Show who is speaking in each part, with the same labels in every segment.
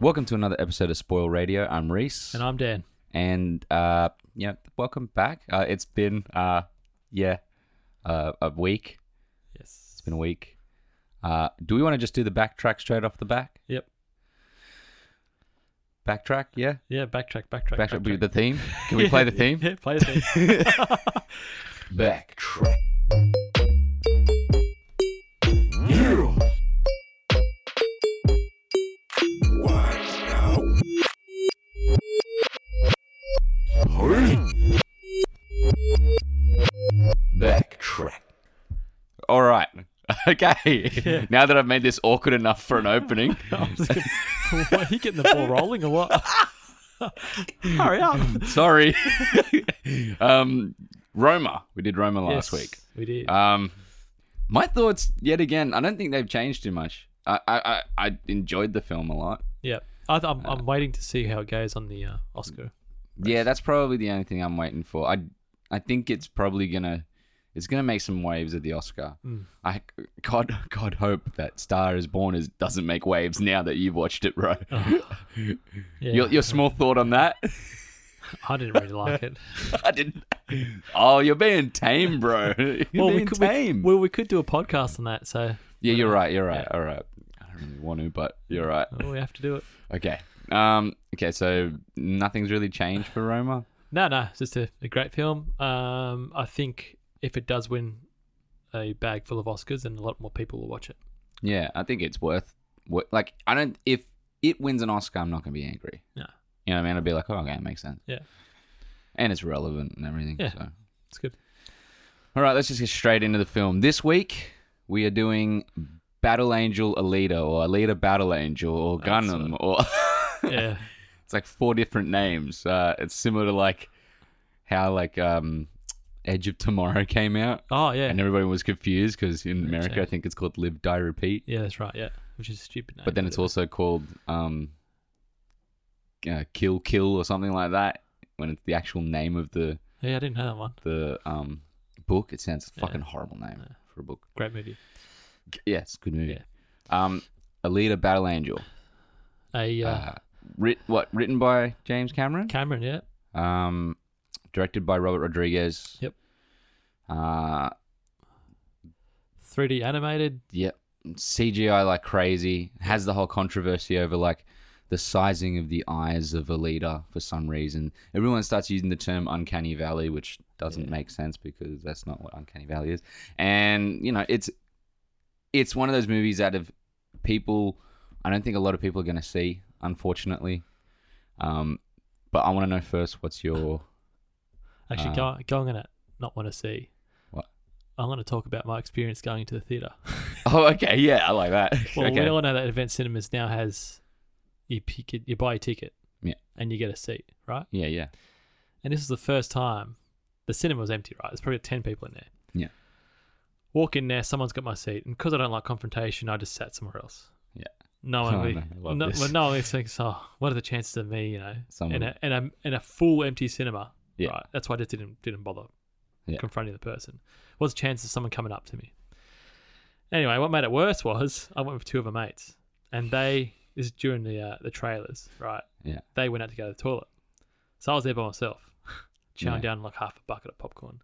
Speaker 1: Welcome to another episode of Spoil Radio. I'm Reese,
Speaker 2: And I'm Dan.
Speaker 1: and uh, yeah, welcome back. Uh, it's been uh, yeah, uh, a week.
Speaker 2: Yes.
Speaker 1: It's been a week. Uh, do we want to just do the backtrack straight off the back?
Speaker 2: Yep.
Speaker 1: Backtrack, yeah.
Speaker 2: Yeah, backtrack, backtrack.
Speaker 1: Backtrack. be The theme. Can we play the theme?
Speaker 2: Yeah, play the theme.
Speaker 1: Backtrack. Backtrack. All right. Okay. Now that I've made this awkward enough for an opening,
Speaker 2: I was gonna- what, are you getting the ball rolling or what? Hurry up.
Speaker 1: sorry. um, Roma. We did Roma last week.
Speaker 2: We did.
Speaker 1: Um, my thoughts yet again. I don't think they've changed too much. I I, I, I enjoyed the film a lot.
Speaker 2: yeah. I th- I'm,
Speaker 1: uh,
Speaker 2: I'm waiting to see how it goes on the uh, Oscar.
Speaker 1: Yeah, that's probably the only thing I'm waiting for. I I think it's probably gonna it's gonna make some waves at the Oscar.
Speaker 2: Hmm.
Speaker 1: I God God hope that Star Is Born is doesn't make waves now that you've watched it, bro.
Speaker 2: Oh, Yeah.
Speaker 1: Your, your small thought on that?
Speaker 2: I didn't really like it.
Speaker 1: I didn't. Oh, you're being tame, bro. You're being
Speaker 2: could,
Speaker 1: tame.
Speaker 2: well, we could do a podcast on that, so
Speaker 1: yeah, you're right. You're right. All right. I don't really want to, but you're right.
Speaker 2: we have to do it.
Speaker 1: Okay. Um. Okay. So nothing's really changed for Roma.
Speaker 2: No, no, it's just a, a great film. Um, I think if it does win a bag full of Oscars, then a lot more people will watch it.
Speaker 1: Yeah, I think it's worth. wor- Like, I don't. If it wins an Oscar, I'm not gonna be angry.
Speaker 2: No.
Speaker 1: You know what I mean? I'll be like, oh, okay, it makes sense.
Speaker 2: Yeah.
Speaker 1: And it's relevant and everything.
Speaker 2: Yeah.
Speaker 1: So.
Speaker 2: It's good.
Speaker 1: All right, let's just get straight into the film. This week we are doing Battle Angel Alita or Alita Battle Angel or Gundam or
Speaker 2: Yeah.
Speaker 1: it's like four different names. Uh, it's similar to like how like um, Edge of Tomorrow came out.
Speaker 2: Oh, yeah.
Speaker 1: and everybody was confused because in America I think it's called Live Die Repeat,
Speaker 2: Yeah, that's right. Yeah, which is a stupid. Name,
Speaker 1: but then it's also called um, uh, Kill Kill or something like that. When it's the actual name of the
Speaker 2: yeah, I didn't know that one.
Speaker 1: the um, book, it sounds a fucking horrible name for a book.
Speaker 2: Great movie.
Speaker 1: Yeah, it's a good movie. Um, Alita Battle Angel,
Speaker 2: A uh,
Speaker 1: Ah. writ what written by James Cameron,
Speaker 2: Cameron, yeah,
Speaker 1: um, directed by Robert Rodriguez.
Speaker 2: Yep.
Speaker 1: Uh,
Speaker 2: 3D animated.
Speaker 1: Yep. CGI like crazy. Has the whole controversy over like the sizing of the eyes of a leader for some reason. Everyone starts using the term uncanny valley, which doesn't make sense because that's not what uncanny valley is. And you know, it's it's one of those movies that of people I don't think a lot of people are gonna see, unfortunately. Um but I wanna know first what's your
Speaker 2: Actually, go, going on it, not want to see.
Speaker 1: Ah. What?
Speaker 2: I want to talk about my experience going to the theater.
Speaker 1: Oh okay, yeah, I like that.
Speaker 2: Well,
Speaker 1: okay.
Speaker 2: we all know that Event Cinemas now has you pick it, you buy a ticket,
Speaker 1: Yeah.
Speaker 2: and you get a seat, right?
Speaker 1: Yeah, yeah.
Speaker 2: And this is the first time the cinema was empty, right? There's probably ten people in there.
Speaker 1: Yeah.
Speaker 2: Walk in there, someone's got my seat, and because I don't like confrontation, I just sat somewhere else.
Speaker 1: Yeah.
Speaker 2: No one,
Speaker 1: Oh,
Speaker 2: we-
Speaker 1: no, I love
Speaker 2: no,
Speaker 1: this.
Speaker 2: well, no one thinks, oh, what are the chances of me, you know,
Speaker 1: Someone-
Speaker 2: in a in a in a full empty cinema?
Speaker 1: Yeah.
Speaker 2: Right. That's why I just didn't didn't bother
Speaker 1: Yeah.
Speaker 2: confronting the person. What's the chance of someone coming up to me? Anyway, what made it worse was I went with two of my mates, and they this is during the uh, the trailers, right?
Speaker 1: Yeah.
Speaker 2: They went out to go to the toilet, so I was there by myself, chowing
Speaker 1: Yeah.
Speaker 2: down like half a bucket of popcorn.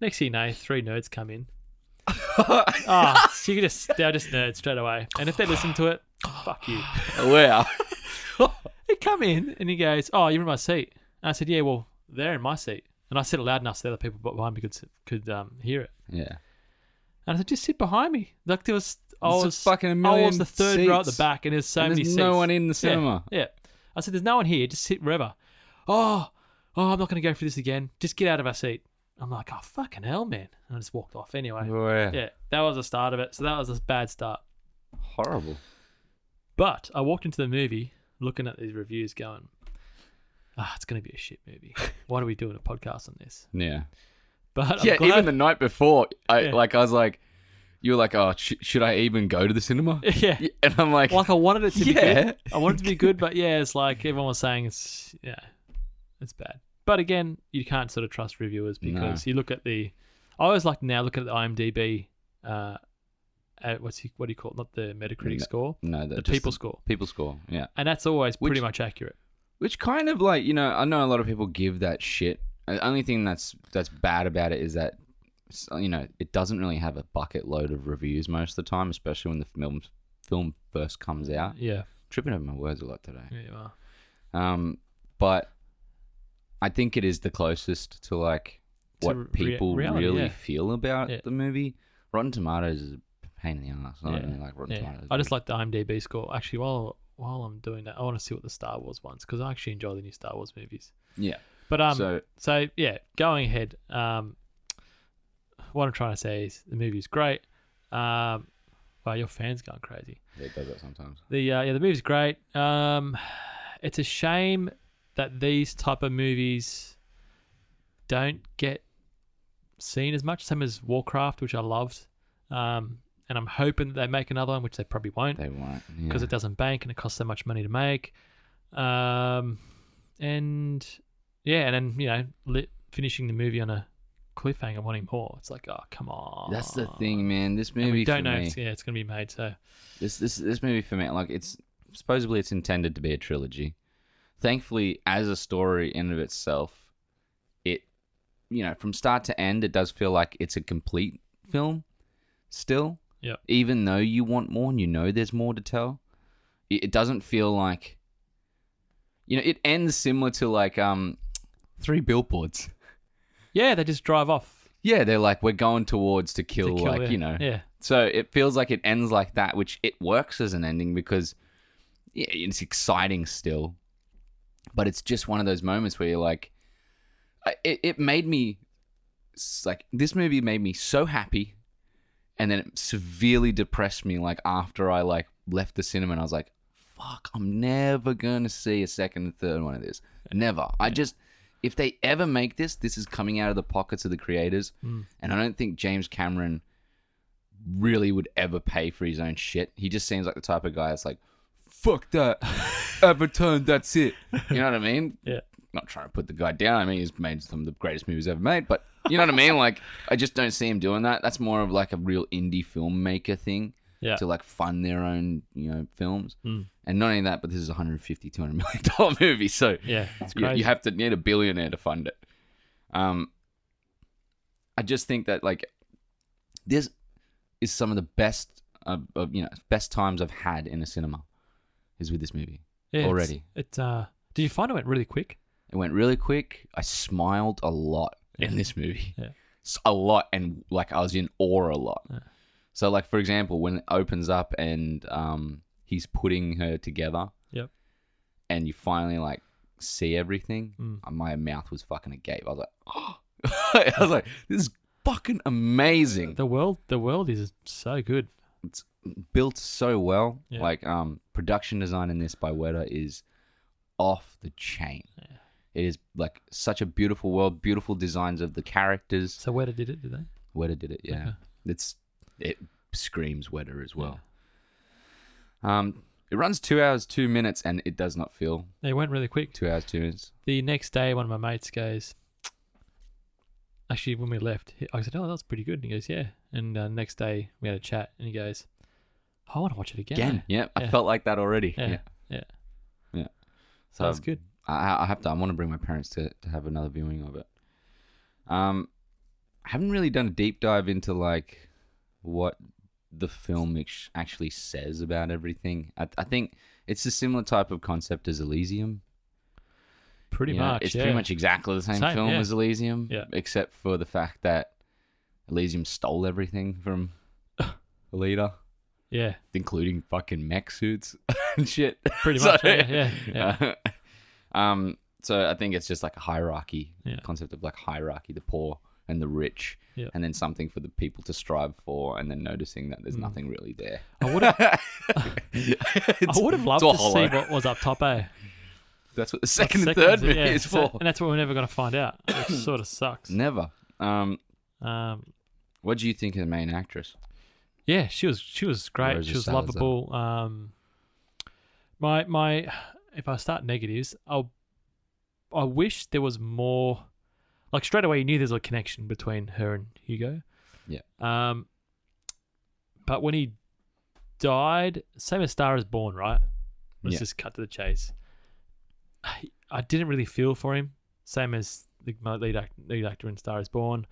Speaker 2: Next thing you know, three nerds come in. Ah, so you could just they're just nerds straight away. And if they listen to it, fuck you.
Speaker 1: Wow.
Speaker 2: He come in and he goes, "Oh, you're in my seat." And I said, "Yeah, well, they're in my seat." And I said it loud enough so the other people behind me could could um, hear it.
Speaker 1: Yeah.
Speaker 2: And I said, "Just sit behind me." Like there was, I
Speaker 1: There's a
Speaker 2: was
Speaker 1: fucking
Speaker 2: I
Speaker 1: million
Speaker 2: was oh, the third row at the
Speaker 1: seats.
Speaker 2: back, and there's so
Speaker 1: And
Speaker 2: many
Speaker 1: there's
Speaker 2: seats.
Speaker 1: no one in the cinema.
Speaker 2: Yeah, yeah. I said, "There's no one here. Just sit wherever." Oh, oh, I'm not going to go through this again. Just get out of our seat. I'm like, "Oh, fucking hell, man!" And I just walked off anyway.
Speaker 1: Wow.
Speaker 2: Yeah, that was the start of it. So that was a bad start.
Speaker 1: Horrible.
Speaker 2: But I walked into the movie looking at these reviews going, ah, it's going to be a shit movie. Why are we doing a podcast on this?
Speaker 1: Yeah.
Speaker 2: But I'm
Speaker 1: yeah,
Speaker 2: glad-
Speaker 1: even the night before, I
Speaker 2: Yeah.
Speaker 1: like I was like, you were like, oh, sh- should I even go to the cinema?
Speaker 2: Yeah.
Speaker 1: Yeah, And I'm like,
Speaker 2: Like I wanted it to be
Speaker 1: Yeah.
Speaker 2: good. I wanted it to be good, but yeah, it's like everyone was saying it's, yeah, it's bad. But again, you can't sort of trust reviewers because you look at the, I always like to now look at the IMDb uh, uh, what's he, what do you call it? Not the Metacritic score,
Speaker 1: No, the,
Speaker 2: the
Speaker 1: just
Speaker 2: people score,
Speaker 1: people score. Yeah,
Speaker 2: and that's always
Speaker 1: Which-
Speaker 2: pretty much accurate.
Speaker 1: which kind of like you know I know a lot of people give that shit. The only thing that's that's bad about it is that s- you know it doesn't really have a bucket load of reviews most of the time, especially when the film film first comes out.
Speaker 2: Yeah,
Speaker 1: Tripping over my words a lot today.
Speaker 2: yeah, well,
Speaker 1: Um, but I think it is the closest to like
Speaker 2: To
Speaker 1: what
Speaker 2: re-
Speaker 1: people
Speaker 2: reality,
Speaker 1: really
Speaker 2: yeah.
Speaker 1: feel about
Speaker 2: Yeah.
Speaker 1: the movie. Rotten Tomatoes is a pain in the ass. I don't
Speaker 2: Yeah.
Speaker 1: really like Rotten
Speaker 2: yeah.
Speaker 1: Tomatoes.
Speaker 2: I just like the IMDb score. Actually, while while I'm doing that, I want to see what the Star Wars ones because I actually enjoy the new Star Wars movies.
Speaker 1: yeah.
Speaker 2: But um,
Speaker 1: so
Speaker 2: So yeah, going ahead. Um, what I'm trying to say is the movie's great. Um, wow, your fans going crazy.
Speaker 1: it does that sometimes.
Speaker 2: The uh, yeah, the movie's great. Um, it's a shame that these type of movies don't get seen as much. Same as Warcraft, which I loved. Um, and I'm hoping that they make another one, which they probably won't
Speaker 1: They won't
Speaker 2: because
Speaker 1: yeah.
Speaker 2: it doesn't bank and it costs so much money to make. Um, and yeah, and then you know, li- finishing the movie on a cliffhanger, wanting more. It's like, oh come on.
Speaker 1: That's the thing, man. This
Speaker 2: And
Speaker 1: movie
Speaker 2: we
Speaker 1: for
Speaker 2: don't know.
Speaker 1: me,
Speaker 2: If it's, yeah, it's gonna be made. So
Speaker 1: this this this movie for me, like it's supposedly it's intended to be a trilogy. Thankfully, as a story in of itself, it you know from start to end, it does feel like it's a complete film. Still,
Speaker 2: Yep.
Speaker 1: Even though you want more and you know there's more to tell, it, it doesn't feel like you know it ends similar to like um three billboards.
Speaker 2: yeah, they just drive off.
Speaker 1: Yeah, they're like we're going towards to
Speaker 2: to
Speaker 1: kill,
Speaker 2: kill
Speaker 1: like
Speaker 2: their-
Speaker 1: you know
Speaker 2: Yeah,
Speaker 1: so it feels like it ends like that, which it works as an ending because yeah, it's exciting still. But it's just one of those moments where you're like, I- it, it made me, s- like, this movie made me so happy. And then it severely depressed me, like, after I, like, left the cinema and I was like, fuck, I'm never going to see a second and third one of this. Never. I just, if they ever make this, this is coming out of the pockets of the creators. And I don't think James Cameron really would ever pay for his own shit. He just seems like the type of guy that's like, fuck that, Avatar, that's it. You know what I mean?
Speaker 2: Yeah.
Speaker 1: Not trying to put the guy down. I mean, he's made some of the greatest movies ever made, but you know what I mean? Like, I just don't see him doing that. That's more of like a real indie filmmaker thing
Speaker 2: yeah.
Speaker 1: to like fund their own, you know, films.
Speaker 2: Mm.
Speaker 1: And not only that, but this is a 150, 200 million dollar movie. So,
Speaker 2: yeah, it's
Speaker 1: you,
Speaker 2: crazy.
Speaker 1: you have to need a billionaire to fund it. Um, I just think that like this is some of the best of, of you know best times I've had in a cinema is with this movie.
Speaker 2: Yeah, it's-
Speaker 1: already.
Speaker 2: It. Uh, did you find it went really quick?
Speaker 1: It went really quick. I smiled a lot in this movie,
Speaker 2: Yeah.
Speaker 1: S- a lot, and like I was in awe a lot.
Speaker 2: Yeah.
Speaker 1: So like for example, when it opens up and um, he's putting her together,
Speaker 2: Yep.
Speaker 1: and you finally like see everything,
Speaker 2: Mm.
Speaker 1: and my mouth was fucking agape. I was like, oh. I was like, this is fucking amazing.
Speaker 2: The world, the world is so good.
Speaker 1: It's built so well.
Speaker 2: Yeah.
Speaker 1: Like, um, production design in this by Weta is off the chain. It is like such a beautiful world, beautiful designs of the characters.
Speaker 2: So where did it? Did they?
Speaker 1: Weta did it, yeah.
Speaker 2: Okay.
Speaker 1: It's it screams Weta as well. Um, it runs two hours two minutes, and it does not feel
Speaker 2: They went really quick.
Speaker 1: two hours two minutes.
Speaker 2: the next day, one of my mates goes, actually, when we left, he- I said, oh, that's pretty good. And he goes, yeah. And uh, next day, we had a chat, and he goes, oh, I want to watch it again.
Speaker 1: Again, yeah, I
Speaker 2: Yeah.
Speaker 1: felt like that already.
Speaker 2: Yeah.
Speaker 1: yeah.
Speaker 2: So that's
Speaker 1: Um,
Speaker 2: good.
Speaker 1: I, I have to. I want to bring my parents to, to have another viewing of it. Um, I haven't really done a deep dive into like what the film ex- actually says about everything. I, I think it's a similar type of concept as Elysium.
Speaker 2: Pretty
Speaker 1: You know,
Speaker 2: much.
Speaker 1: it's
Speaker 2: yeah.
Speaker 1: pretty much exactly the same,
Speaker 2: Same,
Speaker 1: film
Speaker 2: yeah.
Speaker 1: as Elysium,
Speaker 2: Yeah.
Speaker 1: except for the fact that Elysium stole everything from Alita,
Speaker 2: Yeah.
Speaker 1: including fucking mech suits and shit.
Speaker 2: Pretty
Speaker 1: So-
Speaker 2: much. yeah. Yeah. yeah.
Speaker 1: um, so I think it's just like a hierarchy
Speaker 2: Yeah.
Speaker 1: concept of like hierarchy, the poor and the rich,
Speaker 2: Yeah.
Speaker 1: and then something for the people to strive for, and then noticing that there's nothing really there.
Speaker 2: I would have, Hmm. I
Speaker 1: It's-
Speaker 2: would have
Speaker 1: it's
Speaker 2: loved
Speaker 1: all
Speaker 2: to
Speaker 1: hollow.
Speaker 2: see what was up top, eh?
Speaker 1: That's what the second and
Speaker 2: Second
Speaker 1: third
Speaker 2: to-
Speaker 1: movie
Speaker 2: yeah,
Speaker 1: is
Speaker 2: so-
Speaker 1: for.
Speaker 2: and that's what we're never going to find out, which sort of sucks.
Speaker 1: Never. Um,
Speaker 2: Um,
Speaker 1: what do you think of the main actress?
Speaker 2: Yeah, she was she was great.
Speaker 1: Rosa
Speaker 2: she was
Speaker 1: Salazar.
Speaker 2: lovable. Um, my my, if I start negatives, I'll I wish there was more. Like straight away, you knew there's a connection between her and Hugo.
Speaker 1: Yeah.
Speaker 2: Um, But when he died, same as Star is Born, right? Let's
Speaker 1: Yeah.
Speaker 2: just cut to the chase. I, I didn't really feel for him, same as the my lead, act, lead actor in Star is Born.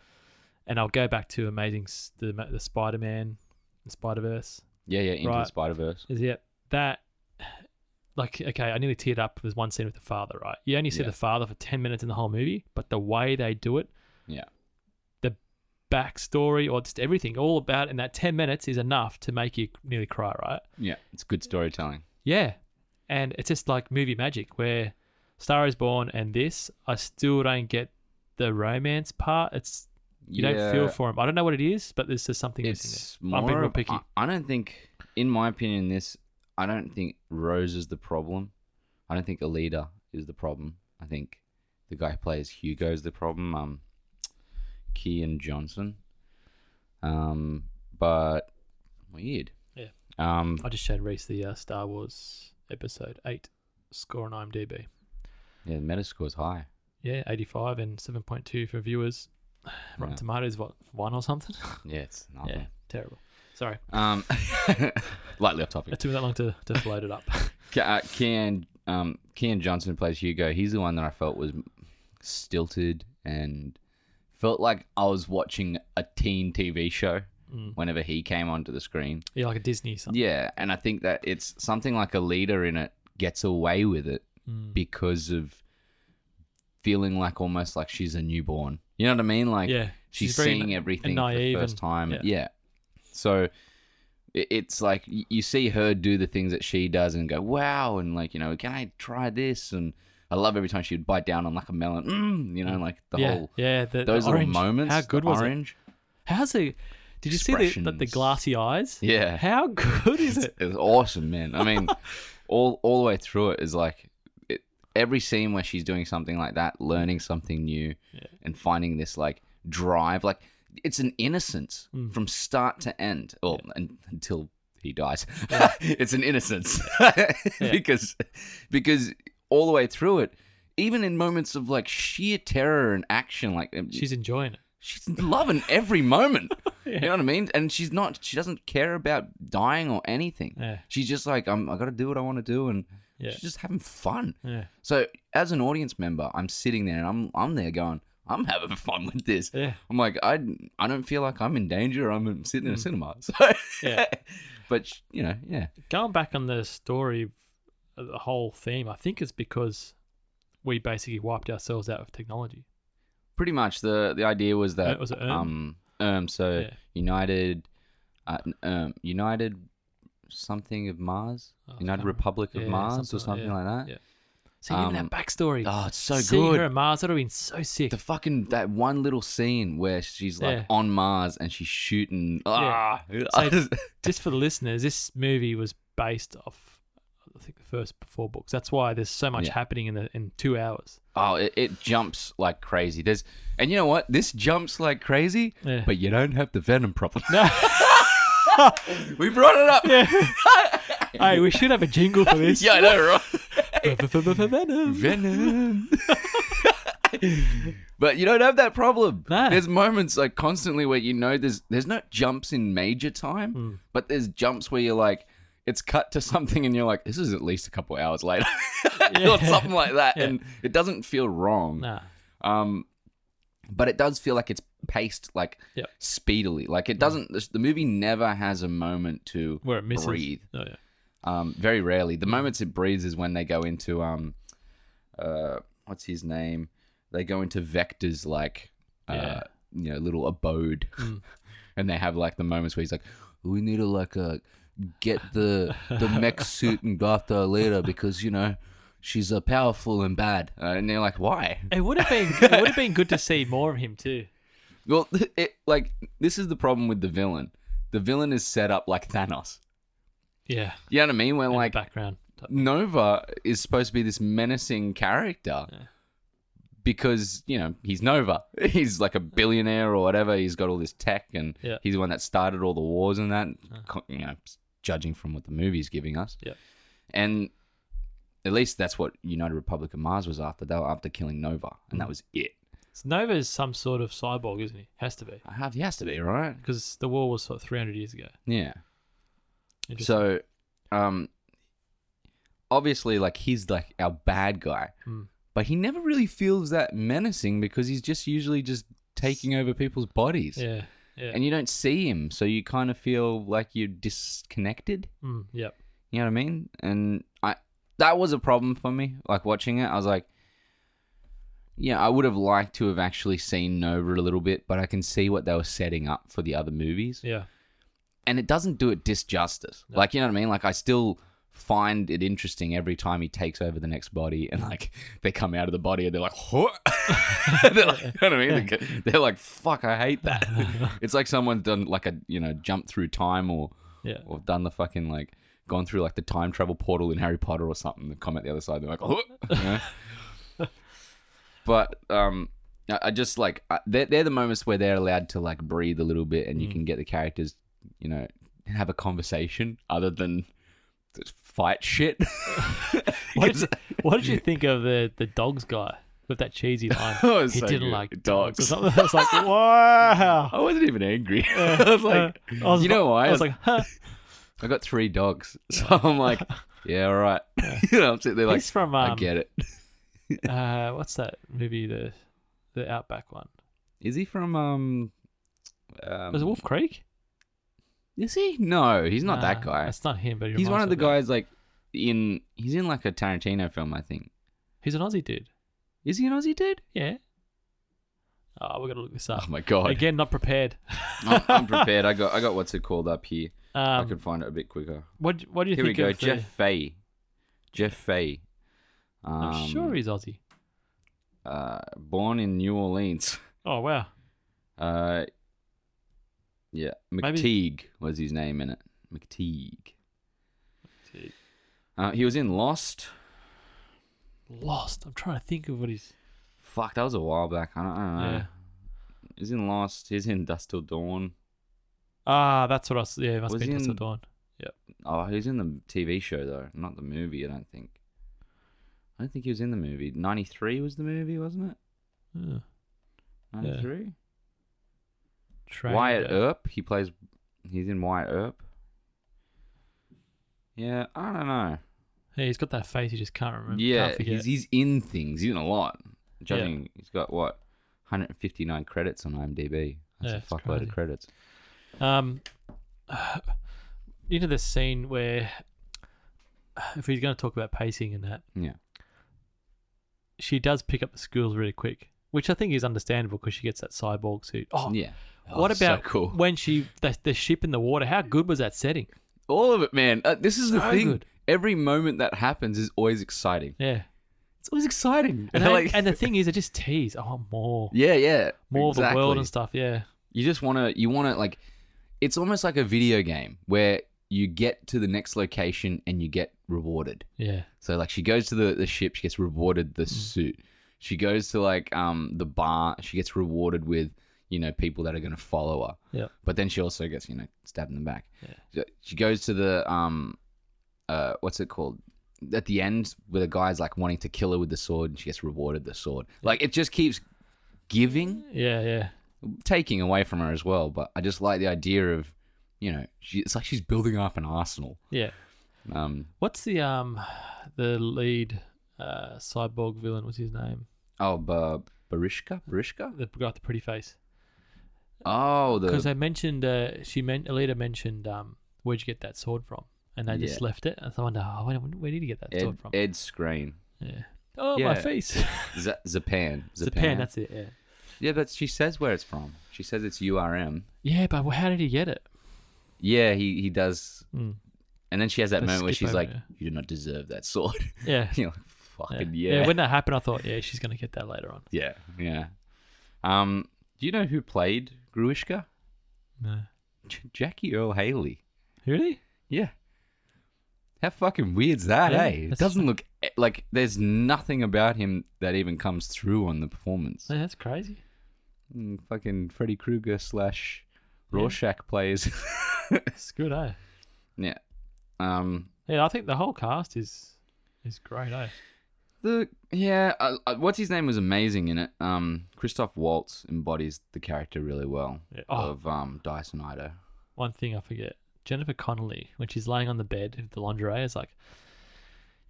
Speaker 2: And I'll go back to Amazing S- the, the Spider Man, the Spider Verse.
Speaker 1: Yeah, yeah, into the
Speaker 2: Right.
Speaker 1: Spider Verse.
Speaker 2: Is it that like okay, I nearly teared up with one scene with the father, right? You only see
Speaker 1: Yeah.
Speaker 2: the father for ten minutes in the whole movie, but the way they do it,
Speaker 1: Yeah.
Speaker 2: the backstory or just everything, all about in that ten minutes is enough to make you nearly cry, right?
Speaker 1: Yeah, it's good storytelling.
Speaker 2: Yeah. And it's just like movie magic where Star is Born and this, I still don't get the romance part. It's you don't feel for him. I don't know what it is, but there's just something
Speaker 1: It's
Speaker 2: missing there. I'm being
Speaker 1: more.
Speaker 2: real
Speaker 1: Of,
Speaker 2: picky.
Speaker 1: I, I don't think, in my opinion, this. I don't think Rose is the problem. I don't think Alita is the problem. I think the guy who plays Hugo is the problem. Um, Kean Johnson. Um, but weird.
Speaker 2: Yeah.
Speaker 1: Um,
Speaker 2: I just showed Reese the uh, Star Wars episode eight score on IMDb.
Speaker 1: yeah, the Metascore's high.
Speaker 2: Yeah, eighty-five and seven point two for viewers. Rotten
Speaker 1: Yeah.
Speaker 2: Tomatoes, what one or something?
Speaker 1: Yeah, it's nothing.
Speaker 2: Yeah, terrible. Sorry,
Speaker 1: Um, lightly off topic.
Speaker 2: it took me that long to, to load it up.
Speaker 1: Ke- uh, Kean um, Kean Johnson plays Hugo. He's the one that I felt was stilted and felt like I was watching a teen TV show
Speaker 2: Mm. Oh.
Speaker 1: whenever he came onto the screen.
Speaker 2: Yeah, like a Disney something.
Speaker 1: Yeah, and I think that it's something like a leader in it gets away with it
Speaker 2: Mm.
Speaker 1: because of feeling like almost like she's a newborn. You know what I mean? Like
Speaker 2: yeah,
Speaker 1: she's,
Speaker 2: very
Speaker 1: seeing
Speaker 2: na-
Speaker 1: everything
Speaker 2: naive
Speaker 1: for the first
Speaker 2: and-
Speaker 1: time. Yeah.
Speaker 2: yeah.
Speaker 1: So i- it's like y- you see her do the things that she does and go, wow. And like, you know, can I try this? And I love every time she'd bite down on like a melon, mm, you know, like the
Speaker 2: yeah,
Speaker 1: whole,
Speaker 2: yeah. The,
Speaker 1: those
Speaker 2: the
Speaker 1: little
Speaker 2: orange.
Speaker 1: moments.
Speaker 2: How
Speaker 1: the
Speaker 2: good was it?
Speaker 1: orange.
Speaker 2: How's the? Did you see the like the
Speaker 1: Expressions.
Speaker 2: glassy eyes?
Speaker 1: Yeah.
Speaker 2: How good is it?
Speaker 1: It's awesome, man. I mean, all all the way through it is like it, every scene where she's doing something like that, learning something new,
Speaker 2: Yeah.
Speaker 1: and finding this like drive. Like it's an innocence
Speaker 2: Hmm.
Speaker 1: from start to end, well, un- until he dies. it's an innocence because because all the way through it. Even in moments of like sheer terror and action, like um,
Speaker 2: She's enjoying it.
Speaker 1: she's loving every moment. You know what I mean? And she's not. She doesn't care about dying or anything.
Speaker 2: Yeah.
Speaker 1: She's just like, I'm. I got to do what I want to do, and
Speaker 2: Yeah.
Speaker 1: she's just having fun.
Speaker 2: Yeah,
Speaker 1: So, as an audience member, I'm sitting there and I'm. I'm there going, I'm having fun with this.
Speaker 2: yeah.
Speaker 1: I'm like, I. I don't feel like I'm in danger. I'm sitting in a cinema. So,
Speaker 2: Mm. Yeah.
Speaker 1: but sh- you know, yeah,
Speaker 2: going back on the story, uh, the whole theme, I think it's because we basically wiped ourselves out of technology.
Speaker 1: pretty much the the idea was that
Speaker 2: Uh, was it Erm?
Speaker 1: um um so
Speaker 2: Yeah.
Speaker 1: United, uh, um United something of Mars.
Speaker 2: Oh, I
Speaker 1: United
Speaker 2: can't remember.
Speaker 1: Republic of
Speaker 2: Yeah,
Speaker 1: Mars
Speaker 2: something
Speaker 1: or
Speaker 2: like-
Speaker 1: something
Speaker 2: yeah,
Speaker 1: like that.
Speaker 2: yeah. See, even
Speaker 1: Um,
Speaker 2: that backstory.
Speaker 1: Oh, it's so
Speaker 2: Seeing
Speaker 1: good.
Speaker 2: her on Mars, that would have been so sick.
Speaker 1: the fucking that one little scene where she's like
Speaker 2: Yeah.
Speaker 1: on Mars and she's shooting. Ah,
Speaker 2: So- Just for the listeners, this movie was based off, I think, the first four books. That's why there's so much
Speaker 1: Yeah.
Speaker 2: happening in the in two hours.
Speaker 1: oh, it, it jumps like crazy. There's and you know what? This jumps like crazy,
Speaker 2: Yeah.
Speaker 1: but you don't have the venom problem.
Speaker 2: No.
Speaker 1: we brought it up. Yeah,
Speaker 2: hey, we should have a jingle for this.
Speaker 1: I know, right?
Speaker 2: Venom.
Speaker 1: Venom. but you don't have that problem.
Speaker 2: No.
Speaker 1: There's moments like constantly where you know there's there's not jumps in major time,
Speaker 2: Hmm.
Speaker 1: but there's jumps where you're like it's cut to something and you're like this is at least a couple hours later or
Speaker 2: Yeah.
Speaker 1: something like that
Speaker 2: Yeah.
Speaker 1: and it doesn't feel wrong.
Speaker 2: Nah.
Speaker 1: Um but it does feel like it's paced like
Speaker 2: Yep.
Speaker 1: speedily. Like
Speaker 2: Hmm.
Speaker 1: it doesn't the- the movie never has a moment to
Speaker 2: Where it misses.
Speaker 1: breathe.
Speaker 2: Oh, yeah.
Speaker 1: Um, very rarely. The moments it breathes is when they go into um, uh, what's his name? They go into Vector's like, uh,
Speaker 2: Yeah.
Speaker 1: you know, little abode, and they have like the moments where he's like, "We need to like uh, get the the mech suit and go after her later because you know." She's uh, powerful and bad, uh, and they're like, "Why?"
Speaker 2: It would have been it would have been good to see more of him too.
Speaker 1: Well, it like this is the problem with the villain. The villain is set up like Thanos.
Speaker 2: Yeah.
Speaker 1: You know what I mean? When
Speaker 2: Like
Speaker 1: like
Speaker 2: background.
Speaker 1: Nova is supposed to be this menacing character
Speaker 2: Yeah.
Speaker 1: because, you know, he's Nova. He's like a billionaire or whatever. He's got all this tech and
Speaker 2: Yeah.
Speaker 1: he's the one that started all the wars and that, co- you know, judging from what the movie's giving us.
Speaker 2: Yeah.
Speaker 1: And
Speaker 2: Mm.
Speaker 1: at least that's what United Republic of Mars was after. They were after killing Nova and that was it.
Speaker 2: So Nova is some sort of cyborg, isn't he? Has to be
Speaker 1: I have. He has to be right.
Speaker 2: because the war was sort of 300 years ago.
Speaker 1: Yeah.
Speaker 2: Interesting.
Speaker 1: So, um, obviously, like he's like our bad guy,
Speaker 2: Mm.
Speaker 1: but he never really feels that menacing because he's just usually just taking over people's bodies,
Speaker 2: yeah, yeah,
Speaker 1: and you don't see him, so you kind of feel like you're disconnected.
Speaker 2: mm, yep.
Speaker 1: You know what I mean? And I that was a problem for me. Like watching it, I was like, yeah, I would have liked to have actually seen Nova a little bit, but I can see what they were setting up for the other movies
Speaker 2: Yeah,
Speaker 1: and it doesn't do it disjustice.
Speaker 2: No.
Speaker 1: Like you know what I mean? Like I still find it interesting every time he takes over the next body and like they come out of the body and they're like, "Huh?" they're like, you know what I mean? They're, they're like, "Fuck, I hate that." it's like someone's done like a you know jump through time or
Speaker 2: yeah.
Speaker 1: or done the fucking like gone through like the time travel portal in Harry Potter or something. They come out the other side. They're like, "Huh?" You know? but um. I I just like I- they're, they're the moments where they're allowed to like breathe a little bit, and
Speaker 2: Mm.
Speaker 1: you can get the characters you know, have a conversation other than just fight shit.
Speaker 2: What did, you, what did you think of the the dogs guy with that cheesy line?
Speaker 1: Oh, it's
Speaker 2: he
Speaker 1: so
Speaker 2: didn't
Speaker 1: good.
Speaker 2: like
Speaker 1: Dogs.
Speaker 2: dogs. or something. I was like, wow.
Speaker 1: I wasn't even angry. I was like,
Speaker 2: Uh, I was
Speaker 1: you know why?
Speaker 2: I was like, huh,
Speaker 1: I got three dogs, so I'm like, yeah, all right. you know, I'm sitting there like,
Speaker 2: he's from
Speaker 1: I
Speaker 2: um,
Speaker 1: get it.
Speaker 2: uh, what's that movie? The the Outback one.
Speaker 1: Is he from um? um
Speaker 2: Was it Wolf Creek?
Speaker 1: Is he? No, he's not that
Speaker 2: Nah,
Speaker 1: guy.
Speaker 2: It's not him, but he
Speaker 1: He's one
Speaker 2: reminds
Speaker 1: of
Speaker 2: me
Speaker 1: the
Speaker 2: that.
Speaker 1: guys like in. He's in like a Tarantino film, I think.
Speaker 2: He's an Aussie dude.
Speaker 1: Is he an Aussie dude?
Speaker 2: Yeah. Oh, we got to look this
Speaker 1: Oh
Speaker 2: up.
Speaker 1: my god!
Speaker 2: Again, not prepared.
Speaker 1: I'm, I'm prepared. I got I got what's it called up here. I
Speaker 2: Um,
Speaker 1: could find it a bit quicker.
Speaker 2: what What do you
Speaker 1: Here we
Speaker 2: think
Speaker 1: go,
Speaker 2: of the-
Speaker 1: Jeff Fay. Jeff Fay. Um,
Speaker 2: I'm sure he's Aussie.
Speaker 1: uh, born in New Orleans.
Speaker 2: Oh wow.
Speaker 1: Uh, yeah,
Speaker 2: Maybe-
Speaker 1: McTeague was his name in it. McTeague. Uh, he was in Lost.
Speaker 2: Lost. I'm trying to think of what he's.
Speaker 1: Fuck, that was a while back. I don't, I don't know.
Speaker 2: Yeah.
Speaker 1: He's in Lost. He's in Dust Till Dawn.
Speaker 2: Ah, that's what I was. Yeah, it must
Speaker 1: Was
Speaker 2: be
Speaker 1: he
Speaker 2: Tessa
Speaker 1: in-
Speaker 2: Dawn.
Speaker 1: Oh, he was in the TV show though, not the movie. I don't think. I don't think he was in the movie. Ninety three was the movie, wasn't it?
Speaker 2: Yeah.
Speaker 1: Ninety three.
Speaker 2: Train
Speaker 1: Wyatt
Speaker 2: Day.
Speaker 1: Earp. He plays. He's in Wyatt Earp. Yeah, I don't know.
Speaker 2: Yeah, he's got that face you just can't remember.
Speaker 1: Yeah,
Speaker 2: can't forget.
Speaker 1: he's, he's in things. He's in a lot. Judging, he's got what 159 credits on IMDb. That's
Speaker 2: Yeah,
Speaker 1: a
Speaker 2: it's
Speaker 1: fuckload
Speaker 2: crazy.
Speaker 1: of credits.
Speaker 2: Um, you know the scene where, if he's going to talk about pacing and that,
Speaker 1: Yeah,
Speaker 2: she does pick up the skills really quick, which I think is understandable because she gets that cyborg suit. Oh,
Speaker 1: yeah.
Speaker 2: what
Speaker 1: Oh, so
Speaker 2: about
Speaker 1: cool?
Speaker 2: when she the, the ship in the water? How good was that setting?
Speaker 1: All of it, man. Uh, this is the
Speaker 2: So
Speaker 1: thing.
Speaker 2: good.
Speaker 1: Every moment that happens is always exciting.
Speaker 2: Yeah,
Speaker 1: It's always exciting.
Speaker 2: and,
Speaker 1: They're
Speaker 2: then-
Speaker 1: like-
Speaker 2: and the thing is, I just tease. I want more,
Speaker 1: yeah, yeah,
Speaker 2: more of the world
Speaker 1: exactly.
Speaker 2: and stuff. Yeah,
Speaker 1: You just want to, you want to, like, it's almost like a video game where you get to the next location and you get rewarded.
Speaker 2: yeah,
Speaker 1: So, like, she goes to the, the ship, she gets rewarded
Speaker 2: Mm.
Speaker 1: the suit. She goes to, like, um, the bar, she gets rewarded with, you know, people that are going to follow her.
Speaker 2: yeah.
Speaker 1: But then she also gets, you know, stabbed in the back.
Speaker 2: Yeah.
Speaker 1: She- She goes to the, um, uh, what's it called? At the end, where the guy's, like, wanting to kill her with the sword and she gets rewarded the sword. Like, it just keeps giving
Speaker 2: Yeah, yeah,
Speaker 1: taking away from her as well. But I just like the idea of, you know, she, it's like she's building up an arsenal.
Speaker 2: yeah.
Speaker 1: Um,
Speaker 2: What's the um, the lead uh cyborg villain? What's his name?
Speaker 1: oh, ba- Barishka, Barishka.
Speaker 2: The guy with the pretty face.
Speaker 1: Oh,
Speaker 2: Because
Speaker 1: the
Speaker 2: they mentioned, uh, she meant Alita mentioned, um, where'd you get that sword from? And they just
Speaker 1: Yeah.
Speaker 2: left it. And someone, oh, where, where did you get that
Speaker 1: Ed,
Speaker 2: sword from?
Speaker 1: Ed Screen,
Speaker 2: yeah. Oh,
Speaker 1: Yeah.
Speaker 2: my face.
Speaker 1: Z- Zapan, Zapan.
Speaker 2: Japan, that's it. Yeah.
Speaker 1: yeah, but she says where it's from. She says it's URM.
Speaker 2: Yeah, but how did he get it?
Speaker 1: Yeah, he he does.
Speaker 2: Mm.
Speaker 1: And then she has that
Speaker 2: They
Speaker 1: moment where
Speaker 2: skip
Speaker 1: she's
Speaker 2: over
Speaker 1: like,
Speaker 2: it, yeah.
Speaker 1: "You do not deserve that sword."
Speaker 2: Yeah.
Speaker 1: You're like,
Speaker 2: Yeah.
Speaker 1: "Fucking yeah, yeah,
Speaker 2: When that happened, I thought, yeah, she's gonna get that later on.
Speaker 1: yeah, Um, do you know who played Gruishka?
Speaker 2: No.
Speaker 1: J- Jackie Earl Haley.
Speaker 2: Really?
Speaker 1: Yeah. How fucking weird's that,
Speaker 2: Yeah,
Speaker 1: eh? It
Speaker 2: that's-
Speaker 1: doesn't look e- like there's nothing about him that even comes through on the performance.
Speaker 2: Yeah, that's crazy.
Speaker 1: Mm, fucking Freddy Krueger slash Rorschach plays.
Speaker 2: It's good, eh?
Speaker 1: um,
Speaker 2: Yeah, I think the whole cast is is great, eh?
Speaker 1: The yeah, uh, uh, what's his name was amazing in it. Um, Christoph Waltz embodies the character really well
Speaker 2: Yeah. Oh.
Speaker 1: of um Dyson Ido.
Speaker 2: One thing I forget Jennifer Connolly, when she's laying on the bed with the lingerie, is like,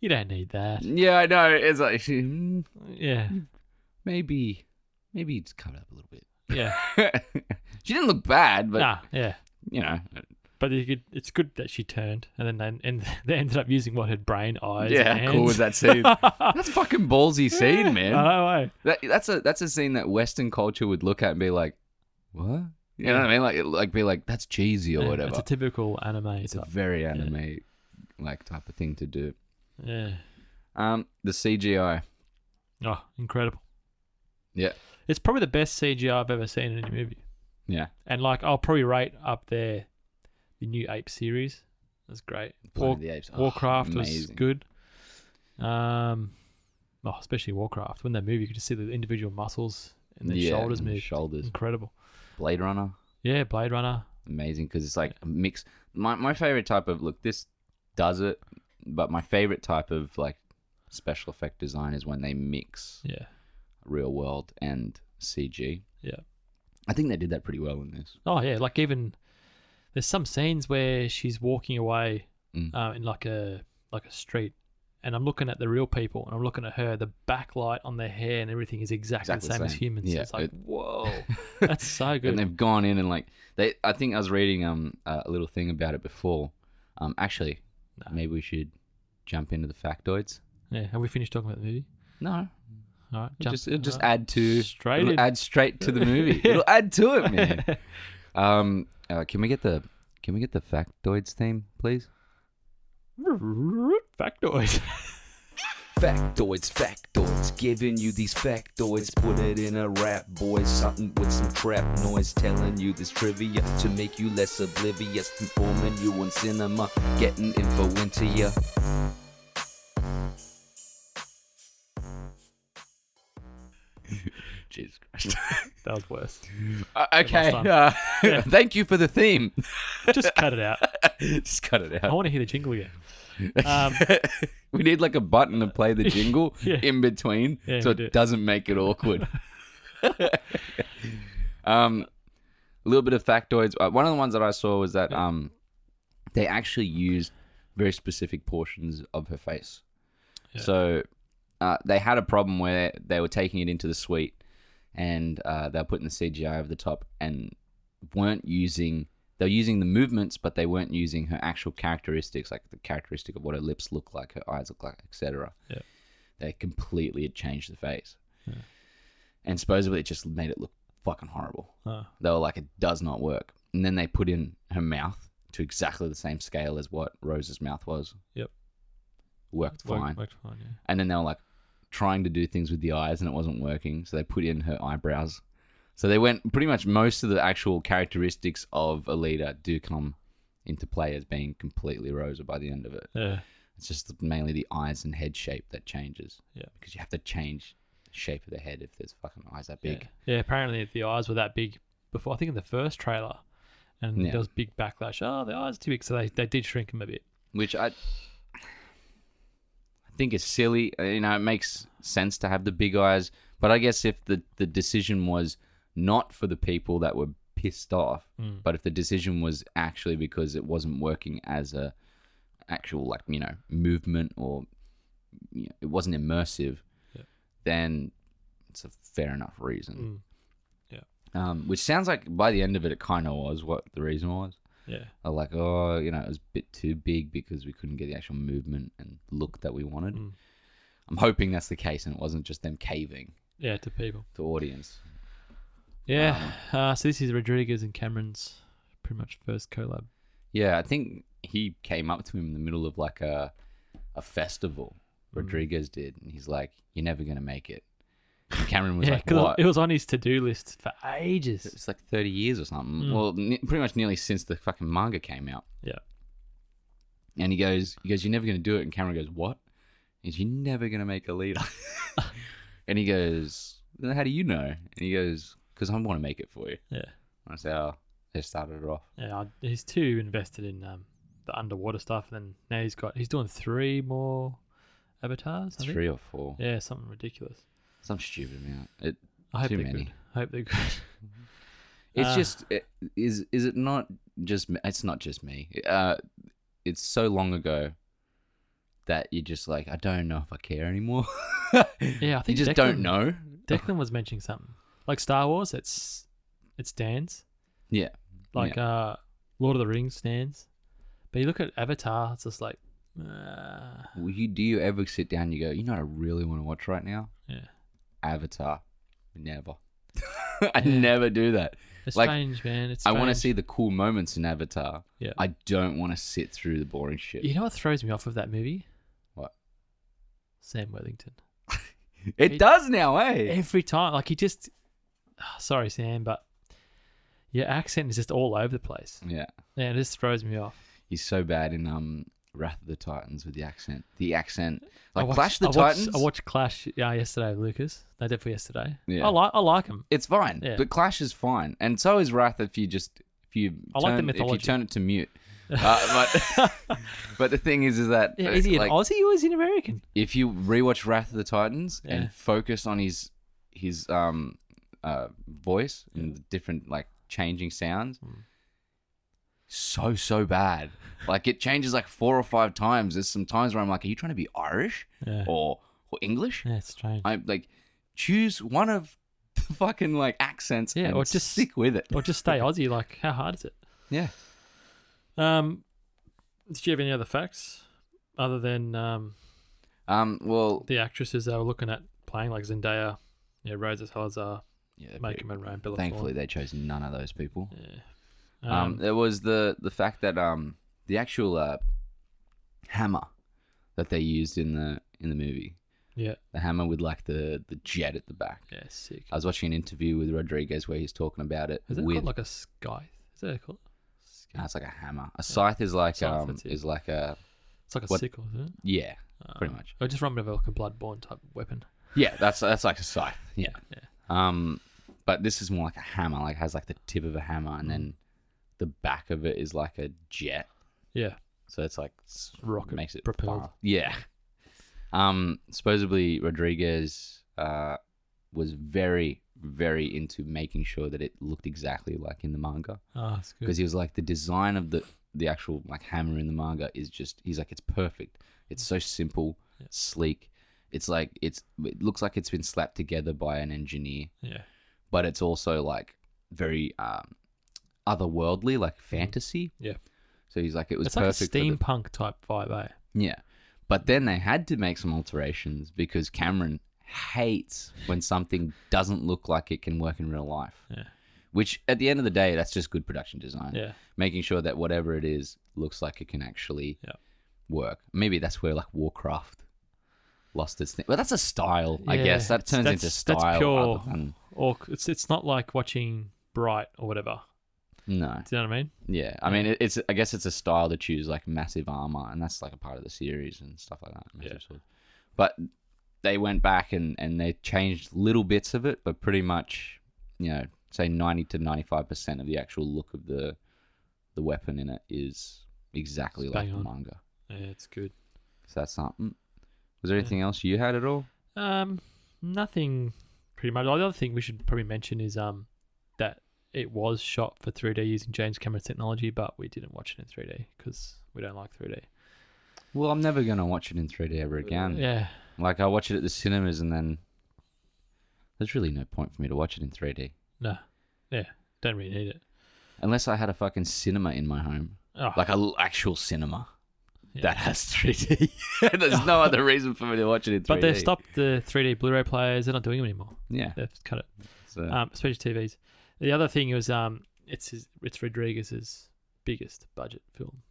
Speaker 2: you don't need that.
Speaker 1: Yeah, I know. It's like hmm,
Speaker 2: Yeah.
Speaker 1: maybe, maybe it's covered up a little
Speaker 2: Yeah.
Speaker 1: bit. she didn't look bad, but
Speaker 2: nah. Yeah.
Speaker 1: you know,
Speaker 2: But you could, it's good that she turned, and then they, and they ended up using what her brain, eyes,
Speaker 1: yeah, how
Speaker 2: and hands.
Speaker 1: cool was that scene? that's fucking ballsy scene, man.
Speaker 2: I know, eh?
Speaker 1: That, that's a that's a scene that Western culture would look at and be like, what? You know what I mean? Like, it- like be like, that's cheesy or
Speaker 2: Yeah,
Speaker 1: whatever.
Speaker 2: It's a typical anime.
Speaker 1: It's a
Speaker 2: type.
Speaker 1: very anime like type of thing to do.
Speaker 2: yeah.
Speaker 1: Um, the CGI.
Speaker 2: Oh, incredible.
Speaker 1: Yeah.
Speaker 2: It's probably the best CGI I've ever seen in any movie.
Speaker 1: Yeah.
Speaker 2: And like, I'll probably rate up there the new Ape series. That's great.
Speaker 1: Planet
Speaker 2: War,
Speaker 1: of the Apes. Oh,
Speaker 2: Warcraft was
Speaker 1: amazing.
Speaker 2: good. Um, oh, especially Warcraft. When they move, you could just see the individual muscles and their
Speaker 1: Yeah,
Speaker 2: shoulders
Speaker 1: and the
Speaker 2: move.
Speaker 1: Shoulders.
Speaker 2: Incredible.
Speaker 1: Blade Runner.
Speaker 2: Yeah, Blade Runner.
Speaker 1: Amazing because it's like a mix. My my favorite type of look. This does it, but my favorite type of like special effect design is when they mix
Speaker 2: Yeah.
Speaker 1: real world and CG.
Speaker 2: Yeah.
Speaker 1: I think they did that pretty well in this.
Speaker 2: Oh yeah, like even there's some scenes where she's walking away
Speaker 1: Mm.
Speaker 2: uh, in like a like a street, and I'm looking at the real people, and I'm looking at her. The backlight on their hair and everything is exactly,
Speaker 1: Exactly the
Speaker 2: the same, as
Speaker 1: same.
Speaker 2: humans.
Speaker 1: Yeah,
Speaker 2: it's like
Speaker 1: it-
Speaker 2: whoa, that's so
Speaker 1: and
Speaker 2: good.
Speaker 1: they've gone in and like they i think i was reading um a little thing about it before um actually
Speaker 2: No.
Speaker 1: maybe we should jump into the factoids
Speaker 2: Yeah, have we finished talking about the movie?
Speaker 1: no
Speaker 2: All right,
Speaker 1: it
Speaker 2: jump- Uh,
Speaker 1: just it'll just
Speaker 2: all right.
Speaker 1: add to
Speaker 2: straight
Speaker 1: it'll
Speaker 2: in.
Speaker 1: add straight to the movie it'll add to it man um uh, can we get the can we get the factoids theme please
Speaker 2: factoids.
Speaker 3: Factoids, factoids, giving you these factoids. Put it in a rap, boys. Something with some trap noise, telling you this trivia to make you less oblivious. Informing you on cinema, getting info into ya.
Speaker 1: jesus christ
Speaker 2: that was worse.
Speaker 1: Uh, okay
Speaker 2: time.
Speaker 1: uh, thank you for the theme
Speaker 2: Just cut it out.
Speaker 1: just cut it
Speaker 2: I
Speaker 1: out
Speaker 2: want to hear the jingle again. Um,
Speaker 1: we need like a button to play the jingle
Speaker 2: Yeah.
Speaker 1: in between
Speaker 2: Yeah,
Speaker 1: so
Speaker 2: we
Speaker 1: it
Speaker 2: do.
Speaker 1: doesn't make it awkward. um, a little bit of factoids. Uh, One of the ones that I saw was that um, they actually used very specific portions of her face.
Speaker 2: Yeah.
Speaker 1: So uh, they had a problem where they were taking it into the suite and uh, they were putting the CGI over the top and weren't using. They were using the movements, but they weren't using her actual characteristics, like the characteristic of what her lips look like, her eyes look like, etc.
Speaker 2: Yeah.
Speaker 1: They completely had changed the face,
Speaker 2: Yeah.
Speaker 1: and supposedly it just made it look fucking horrible.
Speaker 2: uh,
Speaker 1: They were like, it does not work. And then they put in her mouth to exactly the same scale as what Rose's mouth was.
Speaker 2: Yep.
Speaker 1: Worked
Speaker 2: oh, worked-
Speaker 1: fine.
Speaker 2: worked fine, yeah.
Speaker 1: And then they were like trying to do things with the eyes and it wasn't working. So they put in her eyebrows. So they went pretty much most of the actual characteristics of Alita do come into play as being completely Rosa by the end of it.
Speaker 2: Yeah.
Speaker 1: It's just mainly the eyes and head shape that changes.
Speaker 2: Yeah.
Speaker 1: Because you have to change the shape of the head if there's fucking eyes that big.
Speaker 2: Yeah. yeah, apparently the eyes were that big before. I think in the first trailer, and
Speaker 1: Yeah.
Speaker 2: there was big backlash. Oh, the eyes are too big, so they, they did shrink them a bit.
Speaker 1: which I I think is silly. Uh, You know, it makes sense to have the big eyes, but I guess if the the decision was not for the people that were pissed off,
Speaker 2: Mm.
Speaker 1: but if the decision was actually because it wasn't working as a actual like you know movement or you know, it wasn't immersive,
Speaker 2: Yeah.
Speaker 1: then it's a fair enough reason.
Speaker 2: Mm. Yeah.
Speaker 1: Um, which sounds like by the end of it, it kind of was what the reason was
Speaker 2: Yeah,
Speaker 1: are like, oh, you know, it was a bit too big because we couldn't get the actual movement and look that we wanted.
Speaker 2: Mm.
Speaker 1: I'm hoping that's the case and it wasn't just them caving
Speaker 2: yeah, to people.
Speaker 1: to audience.
Speaker 2: Yeah.
Speaker 1: Um,
Speaker 2: Uh, so this is Rodriguez and Cameron's pretty much first collab.
Speaker 1: Yeah, I think he came up to him in the middle of like a a festival.
Speaker 2: Mm.
Speaker 1: Rodriguez did, and he's like, "You're never gonna make it." And Cameron was
Speaker 2: yeah,
Speaker 1: like,
Speaker 2: 'cause
Speaker 1: "What?"
Speaker 2: it was on his to do list for ages.
Speaker 1: It's like 30 years or something. Well, ne- pretty much nearly since the fucking manga came out.
Speaker 2: Hmm. Yeah.
Speaker 1: And he goes, he goes, you're never going to do it. And Cameron goes, what? He goes, you're never going to make a leader. and he goes, "Then how do you know? And he goes, because I want to make it for you.
Speaker 2: Yeah,
Speaker 1: And I say, oh, they started it off.
Speaker 2: yeah. I, he's too invested in um, the underwater stuff, and now he's got he's doing three more avatars. I think.
Speaker 1: Three or four.
Speaker 2: Yeah, something ridiculous.
Speaker 1: Some stupid amount. It,
Speaker 2: I hope
Speaker 1: Too
Speaker 2: they're
Speaker 1: many.
Speaker 2: good. I hope they're good.
Speaker 1: it's
Speaker 2: Uh,
Speaker 1: just it, is is it not just me- it's not just me. Uh, it's so long ago that you're just like I don't know if I care anymore.
Speaker 2: Yeah, I
Speaker 1: you
Speaker 2: think
Speaker 1: just
Speaker 2: Declan-
Speaker 1: don't know.
Speaker 2: Declan was mentioning something like Star Wars. It's it stands
Speaker 1: Yeah.
Speaker 2: like uh Lord of the Rings stands, but you look at Avatar. It's just like uh,
Speaker 1: Will you, do you ever sit down and you go, you know what I really want to watch right now?
Speaker 2: yeah,
Speaker 1: Avatar. Never. I never do that.
Speaker 2: it's
Speaker 1: Like,
Speaker 2: strange, man. It's
Speaker 1: I want to
Speaker 2: strange.
Speaker 1: see the cool moments in Avatar.
Speaker 2: Yeah.
Speaker 1: I don't want to sit through the boring shit.
Speaker 2: You know what throws me off of that movie?
Speaker 1: What?
Speaker 2: Sam Worthington.
Speaker 1: It does now, eh?
Speaker 2: Every time, like he just. Sorry, Sam, but your accent is just all over the place.
Speaker 1: Yeah.
Speaker 2: Yeah, it just throws me off.
Speaker 1: He's so bad in um Wrath of the Titans with the accent. The accent.
Speaker 2: I
Speaker 1: Like
Speaker 2: watched-
Speaker 1: Clash of the
Speaker 2: I watched-
Speaker 1: Titans.
Speaker 2: I watched Clash yeah, yesterday, Lucas. No, did for yesterday.
Speaker 1: Yeah.
Speaker 2: I like I like him.
Speaker 1: it's fine.
Speaker 2: Yeah.
Speaker 1: But Clash is fine. And so is Wrath if you just if you
Speaker 2: I like the
Speaker 1: turn, if you
Speaker 2: mythology.
Speaker 1: turn it to mute. Uh, but but the thing is is that
Speaker 2: Yeah,
Speaker 1: uh,
Speaker 2: is he an
Speaker 1: like,
Speaker 2: Aussie or is he an American?
Speaker 1: if you rewatch Wrath of the Titans
Speaker 2: Yeah.
Speaker 1: and focus on his his um uh voice and the different like changing sounds,
Speaker 2: Hmm.
Speaker 1: so so bad. Like it changes like four or five times. There's some times where I'm like, are you trying to be Irish
Speaker 2: Yeah.
Speaker 1: or or English?
Speaker 2: Yeah, it's strange.
Speaker 1: I'm like, choose one of the fucking like accents
Speaker 2: Yeah,
Speaker 1: and
Speaker 2: or just-
Speaker 1: stick with it.
Speaker 2: or just stay Aussie. Like, how hard is it?
Speaker 1: yeah.
Speaker 2: Um, did you have any other facts other than um,
Speaker 1: Um. Well.
Speaker 2: the actresses they were looking at playing, like Zendaya, yeah, Rosa Salazar,
Speaker 1: Yeah,
Speaker 2: Micah Monroe, and Bella
Speaker 1: thankfully,
Speaker 2: Thorne.
Speaker 1: they chose none of those people.
Speaker 2: um,
Speaker 1: Um, there was the the fact that um the actual uh, hammer that they used in the in the movie,
Speaker 2: yeah,
Speaker 1: the hammer with like the the jet at the back.
Speaker 2: yeah, sick.
Speaker 1: I was watching an interview with Rodriguez where he's talking about it
Speaker 2: Is it
Speaker 1: with
Speaker 2: called like a scythe? Is that called?
Speaker 1: no, it's like a hammer. A scythe is like
Speaker 2: Scythe,
Speaker 1: um
Speaker 2: that's it.
Speaker 1: is like a
Speaker 2: It's like a
Speaker 1: What-
Speaker 2: sickle, isn't it?
Speaker 1: yeah
Speaker 2: Uh,
Speaker 1: pretty much
Speaker 2: I just remember like a bloodborne type weapon.
Speaker 1: yeah that's that's like a scythe yeah
Speaker 2: yeah.
Speaker 1: um but this is more like a hammer like has like the tip of a hammer and then the back of it is like a jet
Speaker 2: Yeah,
Speaker 1: So it's like s-
Speaker 2: Rocket
Speaker 1: makes it
Speaker 2: propelled.
Speaker 1: far. Yeah. Um. Supposedly Rodriguez uh was very very into making sure that it looked exactly like in the manga
Speaker 2: oh, it's good.
Speaker 1: because he was like the design of the the actual like hammer in the manga is just he's like it's perfect. It's so simple, sleek. It's like it's it looks like it's been slapped together by an engineer,
Speaker 2: Yeah,
Speaker 1: but it's also like very um otherworldly, like fantasy.
Speaker 2: Mm. yeah.
Speaker 1: So he's like it was
Speaker 2: It's like a
Speaker 1: perfect. for the-
Speaker 2: steampunk type vibe, eh?
Speaker 1: yeah. But then they had to make some alterations because Cameron hates when something doesn't look like it can work in real life.
Speaker 2: Yeah.
Speaker 1: Which at the end of the day, that's just good production design.
Speaker 2: Yeah.
Speaker 1: Making sure that whatever it is looks like it can actually
Speaker 2: Yeah.
Speaker 1: work. Maybe that's where like Warcraft lost its thing. But that's a style, I
Speaker 2: Yeah,
Speaker 1: guess. That
Speaker 2: it's-
Speaker 1: turns
Speaker 2: that's-
Speaker 1: into
Speaker 2: that's
Speaker 1: style.
Speaker 2: pure-
Speaker 1: rather than-
Speaker 2: Or c- it's it's not like watching Bright or whatever.
Speaker 1: no.
Speaker 2: Do you know what I mean?
Speaker 1: Yeah. I mean, it- it's I guess it's a style to choose like massive armor, and that's like a part of the series and stuff like that. massive
Speaker 2: Yeah.
Speaker 1: swords. But they went back and and they changed little bits of it, but pretty much, you know, say ninety to ninety five percent of the actual look of the the weapon in it is exactly
Speaker 2: It's
Speaker 1: like
Speaker 2: bang
Speaker 1: the
Speaker 2: on.
Speaker 1: manga.
Speaker 2: Yeah, it's good.
Speaker 1: So that's something. Was there anything else you had at all?
Speaker 2: Um, nothing pretty much. Oh, The other thing we should probably mention is um that it was shot for 3D using James Cameron's technology, but we didn't watch it in 3D because we don't like 3D.
Speaker 1: Well, I'm never gonna watch it in 3D ever again.
Speaker 2: Uh, Yeah,
Speaker 1: Like I watch it at the cinemas, and then there's really no point for me to watch it in 3D.
Speaker 2: no, yeah, don't really need it.
Speaker 1: Unless I had a fucking cinema in my home,
Speaker 2: Oh,
Speaker 1: like a l- actual cinema
Speaker 2: Yeah.
Speaker 1: that has 3D. There's no other reason for me to watch it in 3D.
Speaker 2: but they've stopped the 3D Blu-ray players. They're not doing them anymore.
Speaker 1: Yeah.
Speaker 2: They've cut it.
Speaker 1: So,
Speaker 2: um, especially TVs. The other thing was um, it's his, it's Rodriguez's biggest budget film.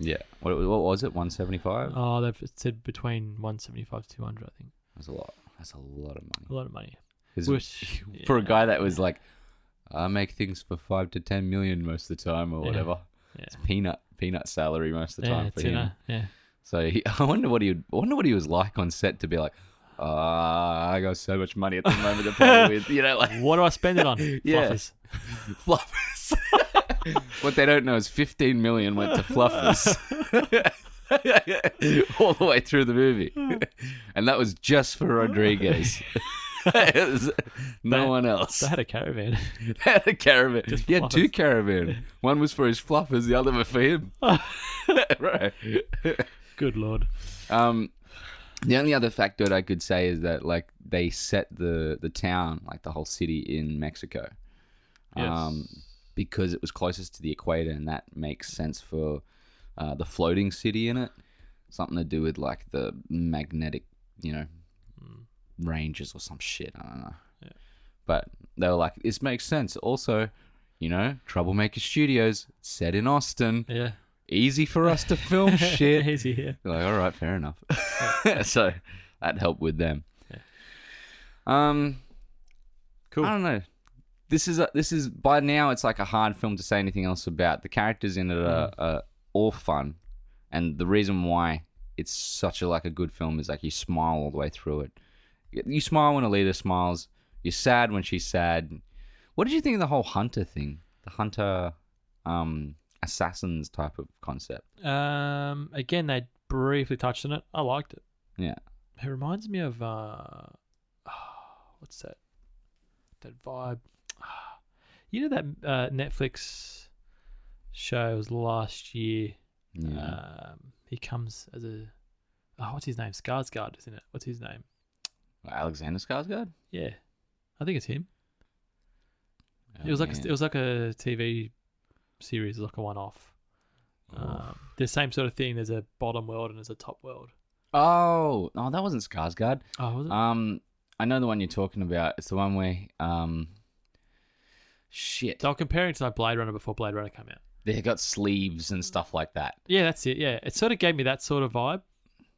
Speaker 1: yeah. What, what was it? 175.
Speaker 2: Oh, they've said between one seventy five to two hundred. I think
Speaker 1: That's a lot. That's a lot of money.
Speaker 2: a lot of money.
Speaker 1: 'Cause
Speaker 2: Which
Speaker 1: for a
Speaker 2: yeah,
Speaker 1: guy that was like, I make things for five to ten million most of the time, or
Speaker 2: Yeah.
Speaker 1: whatever.
Speaker 2: Yeah.
Speaker 1: It's peanut peanut salary most of the
Speaker 2: yeah,
Speaker 1: time for
Speaker 2: it's, you
Speaker 1: him.
Speaker 2: know, yeah,
Speaker 1: So he, I wonder what he would, I wonder what he was like on set to be like. Ah, I got so much money at the moment to play with. You know, like
Speaker 2: What do I spend it on?
Speaker 1: Yeah.
Speaker 2: Fluffers.
Speaker 1: fluffers. what they don't know is 15 million went to fluffers. all the way through the movie, and that was just for Rodriguez. It was no
Speaker 2: They-
Speaker 1: one else.
Speaker 2: They had a caravan.
Speaker 1: They had a caravan.
Speaker 2: Just
Speaker 1: he had two
Speaker 2: floppers.
Speaker 1: caravan. One was for his floppers, the other was for him. right.
Speaker 2: Good lord.
Speaker 1: Um, the only other factor I could say is that like they set the the town, like the whole city in Mexico,
Speaker 2: Yes.
Speaker 1: um, because it was closest to the equator, and that makes sense for uh, the floating city in it. Something to do with like the magnetic, you know, ranges or some shit. I don't know.
Speaker 2: Yeah.
Speaker 1: But they were like, this makes sense. Also, you know, Troublemaker Studios set in Austin.
Speaker 2: yeah.
Speaker 1: Easy for us to film shit.
Speaker 2: Easy here.
Speaker 1: They're like, all right, fair enough. so that helped with them.
Speaker 2: Yeah.
Speaker 1: Um,
Speaker 2: Cool.
Speaker 1: I don't know. This is a, this is by now it's like a hard film to say anything else about. The characters in it are,
Speaker 2: Mm.
Speaker 1: are all fun, and the reason why it's such a like a good film is like you smile all the way through it. You- You smile when Alita smiles. You're sad when she's sad. What did you think of the whole hunter thing? The hunter, um, assassins type of concept.
Speaker 2: Um, again, they briefly touched on it. I liked it.
Speaker 1: Yeah.
Speaker 2: It reminds me of uh, what's that? That vibe. You know that uh, Netflix show was last year.
Speaker 1: Yeah.
Speaker 2: Um, he comes as a oh, what's his name? Skarsgård, isn't it? What's his name?
Speaker 1: Alexander Skarsgård.
Speaker 2: Yeah, I think it's him. it was like
Speaker 1: Oh,
Speaker 2: a, it was like a TV series, like a one-off. Um, the same sort of thing. There's a bottom world and there's a top world.
Speaker 1: oh no, that wasn't Skarsgård.
Speaker 2: Oh, was it?
Speaker 1: Um, I know the one you're talking about. It's the one where um, shit,
Speaker 2: they were comparing it to like Blade Runner before Blade Runner came out.
Speaker 1: they got sleeves and stuff like that.
Speaker 2: Yeah, that's it. Yeah, it sort of gave me that sort of vibe.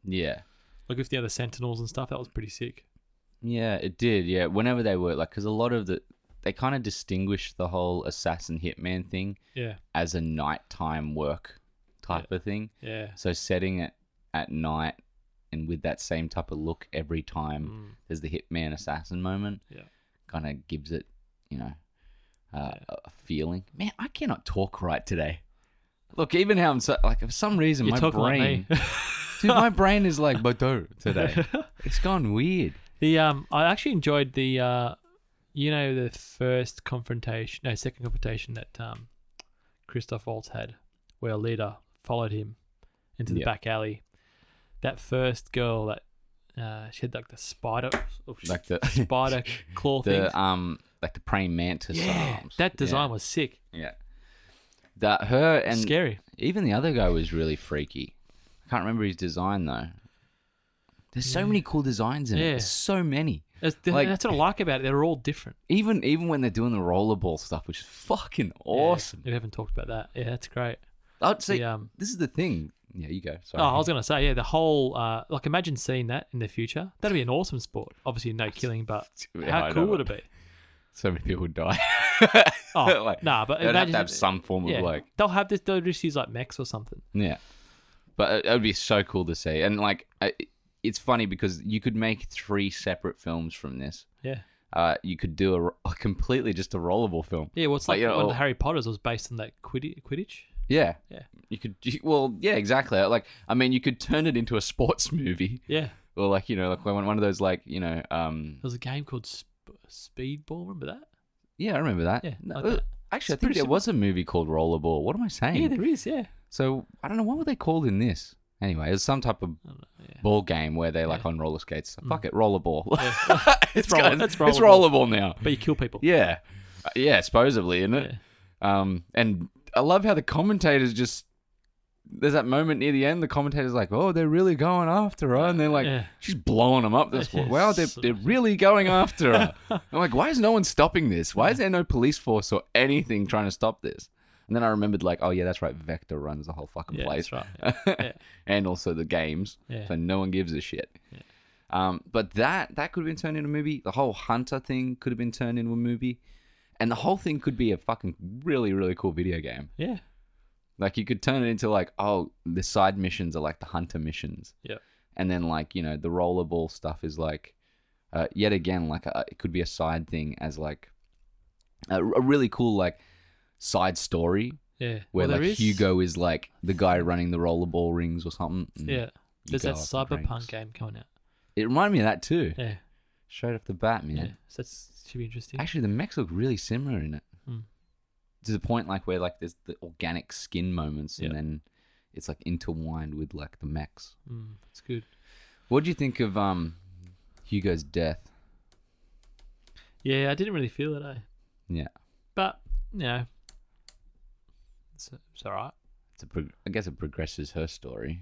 Speaker 1: Yeah,
Speaker 2: Like with the other Sentinels and stuff, that was pretty sick.
Speaker 1: yeah, it did. Yeah, whenever they were like, because a lot of the they kind of distinguish the whole assassin hitman thing
Speaker 2: Yeah,
Speaker 1: as a nighttime work type of thing.
Speaker 2: yeah,
Speaker 1: So setting it at night and with that same type of look every time
Speaker 2: Mm.
Speaker 1: there's the hitman assassin moment.
Speaker 2: Yeah.
Speaker 1: Kind of gives it, you know, uh, a- a feeling. Man, I cannot talk right today. Look, even how I'm so, like for some reason
Speaker 2: You're
Speaker 1: my
Speaker 2: talking like
Speaker 1: brain,
Speaker 2: me.
Speaker 1: dude, my brain is like Bateau today. It's gone weird.
Speaker 2: the um, I actually enjoyed the uh, you know, the first confrontation, no, second confrontation that um, Christoph Waltz had, where a leader followed him into the
Speaker 1: Yeah.
Speaker 2: back alley. That first girl that uh, she had like the spider, oh,
Speaker 1: Like the
Speaker 2: spider claw thing.
Speaker 1: the um like the praying mantis.
Speaker 2: Yeah,
Speaker 1: arms.
Speaker 2: that design was sick,
Speaker 1: Yeah. yeah. That her and
Speaker 2: scary.
Speaker 1: even the other guy was really freaky. I can't remember his design though. There's so many cool designs in it.
Speaker 2: Yeah.
Speaker 1: There's so many.
Speaker 2: That's,
Speaker 1: Like-
Speaker 2: that's what I like about it. They're all different.
Speaker 1: even even when they're doing the rollerball stuff, which is fucking awesome.
Speaker 2: Yeah, we haven't talked about that. Yeah, that's great.
Speaker 1: I'd say
Speaker 2: The, um,
Speaker 1: this is the thing. Yeah, you go. Sorry.
Speaker 2: oh, I was gonna say, yeah, the whole uh, like imagine seeing that in the future. That'd be an awesome sport. Obviously, no killing, but
Speaker 1: Yeah, I
Speaker 2: how cool
Speaker 1: know.
Speaker 2: would it be?
Speaker 1: so many people would die.
Speaker 2: Oh,
Speaker 1: Like,
Speaker 2: nah, but
Speaker 1: They'd have
Speaker 2: imagine
Speaker 1: to have some form of
Speaker 2: yeah,
Speaker 1: like
Speaker 2: they'll have this. They'll just use like mechs or something.
Speaker 1: yeah. But it, it would be so cool to see, and like I, it's funny because you could make three separate films from this.
Speaker 2: Yeah,
Speaker 1: Uh, you could do a, ro- a completely just a rollerball film.
Speaker 2: yeah. What's
Speaker 1: Like,
Speaker 2: like,
Speaker 1: you know,
Speaker 2: one of the Harry Potter's was based on that Quidditch. Quidditch?
Speaker 1: Yeah.
Speaker 2: Yeah.
Speaker 1: You could you, well, yeah, exactly. Like I mean, you could turn it into a sports movie,
Speaker 2: Yeah, there
Speaker 1: or like you know, like one one of those like you know, um,
Speaker 2: was a game called Sp- Speedball. Remember that?
Speaker 1: Yeah, I remember that.
Speaker 2: Yeah,
Speaker 1: No,
Speaker 2: like that.
Speaker 1: uh, Actually,
Speaker 2: It's
Speaker 1: I think
Speaker 2: pretty
Speaker 1: there was a movie called Rollerball. What am I saying?
Speaker 2: Yeah, there is. Yeah,
Speaker 1: So I don't know what were they called in this. Anyway, it was some type of
Speaker 2: I don't know, yeah.
Speaker 1: ball game where they like on roller skates. Fuck it, rollerball. it's,
Speaker 2: roll-
Speaker 1: going-
Speaker 2: it's
Speaker 1: it's
Speaker 2: rollerball.
Speaker 1: rollerball now.
Speaker 2: But you kill people.
Speaker 1: Yeah, Uh, yeah, supposedly, isn't it? Um, and I love how the commentators just. There's that moment near the end. The commentator's like, "Oh, they're really going after her," and they're like,
Speaker 2: Yeah.
Speaker 1: "She's blowing them up." This
Speaker 2: Yeah,
Speaker 1: wow, they're,
Speaker 2: so-
Speaker 1: they're really going after her. I'm like, "Why is no one stopping this? Why is there no police force or anything trying to stop this?" And then I remembered, like, "Oh yeah, that's right. Vector runs the whole fucking
Speaker 2: Yeah,
Speaker 1: place,
Speaker 2: that's right. Yeah. Yeah.
Speaker 1: and also the games,
Speaker 2: Yeah.
Speaker 1: so no one gives a shit." Um, but that that could have been turned into a movie. The whole hunter thing could have been turned into a movie, and the whole thing could be a fucking really really cool video game.
Speaker 2: yeah.
Speaker 1: Like you could turn it into like, oh, the side missions are like the hunter missions,
Speaker 2: Yeah.
Speaker 1: and then like you know the rollerball stuff is like, uh, yet again like a, it could be a side thing as like a, a really cool like side story
Speaker 2: Yeah.
Speaker 1: where
Speaker 2: Well, there
Speaker 1: like
Speaker 2: is-
Speaker 1: Hugo is like the guy running the rollerball rings or something. and
Speaker 2: Yeah.
Speaker 1: Mm. you
Speaker 2: There's
Speaker 1: go
Speaker 2: that
Speaker 1: up in
Speaker 2: cyberpunk
Speaker 1: ranks.
Speaker 2: game coming out.
Speaker 1: It reminded me of that too.
Speaker 2: Yeah.
Speaker 1: Straight off the bat, man.
Speaker 2: Yeah. So that's should be interesting.
Speaker 1: Actually, the mechs look really similar in it.
Speaker 2: Mm.
Speaker 1: To the point, like where like there's the organic skin moments, and
Speaker 2: Yeah.
Speaker 1: then it's like intertwined with like the mechs.
Speaker 2: mm, that's good.
Speaker 1: What do you think of um Hugo's death?
Speaker 2: Yeah, I didn't really feel it, eh?
Speaker 1: Yeah,
Speaker 2: But you know, it's, it's all right.
Speaker 1: it's a prog- I guess it progresses her story.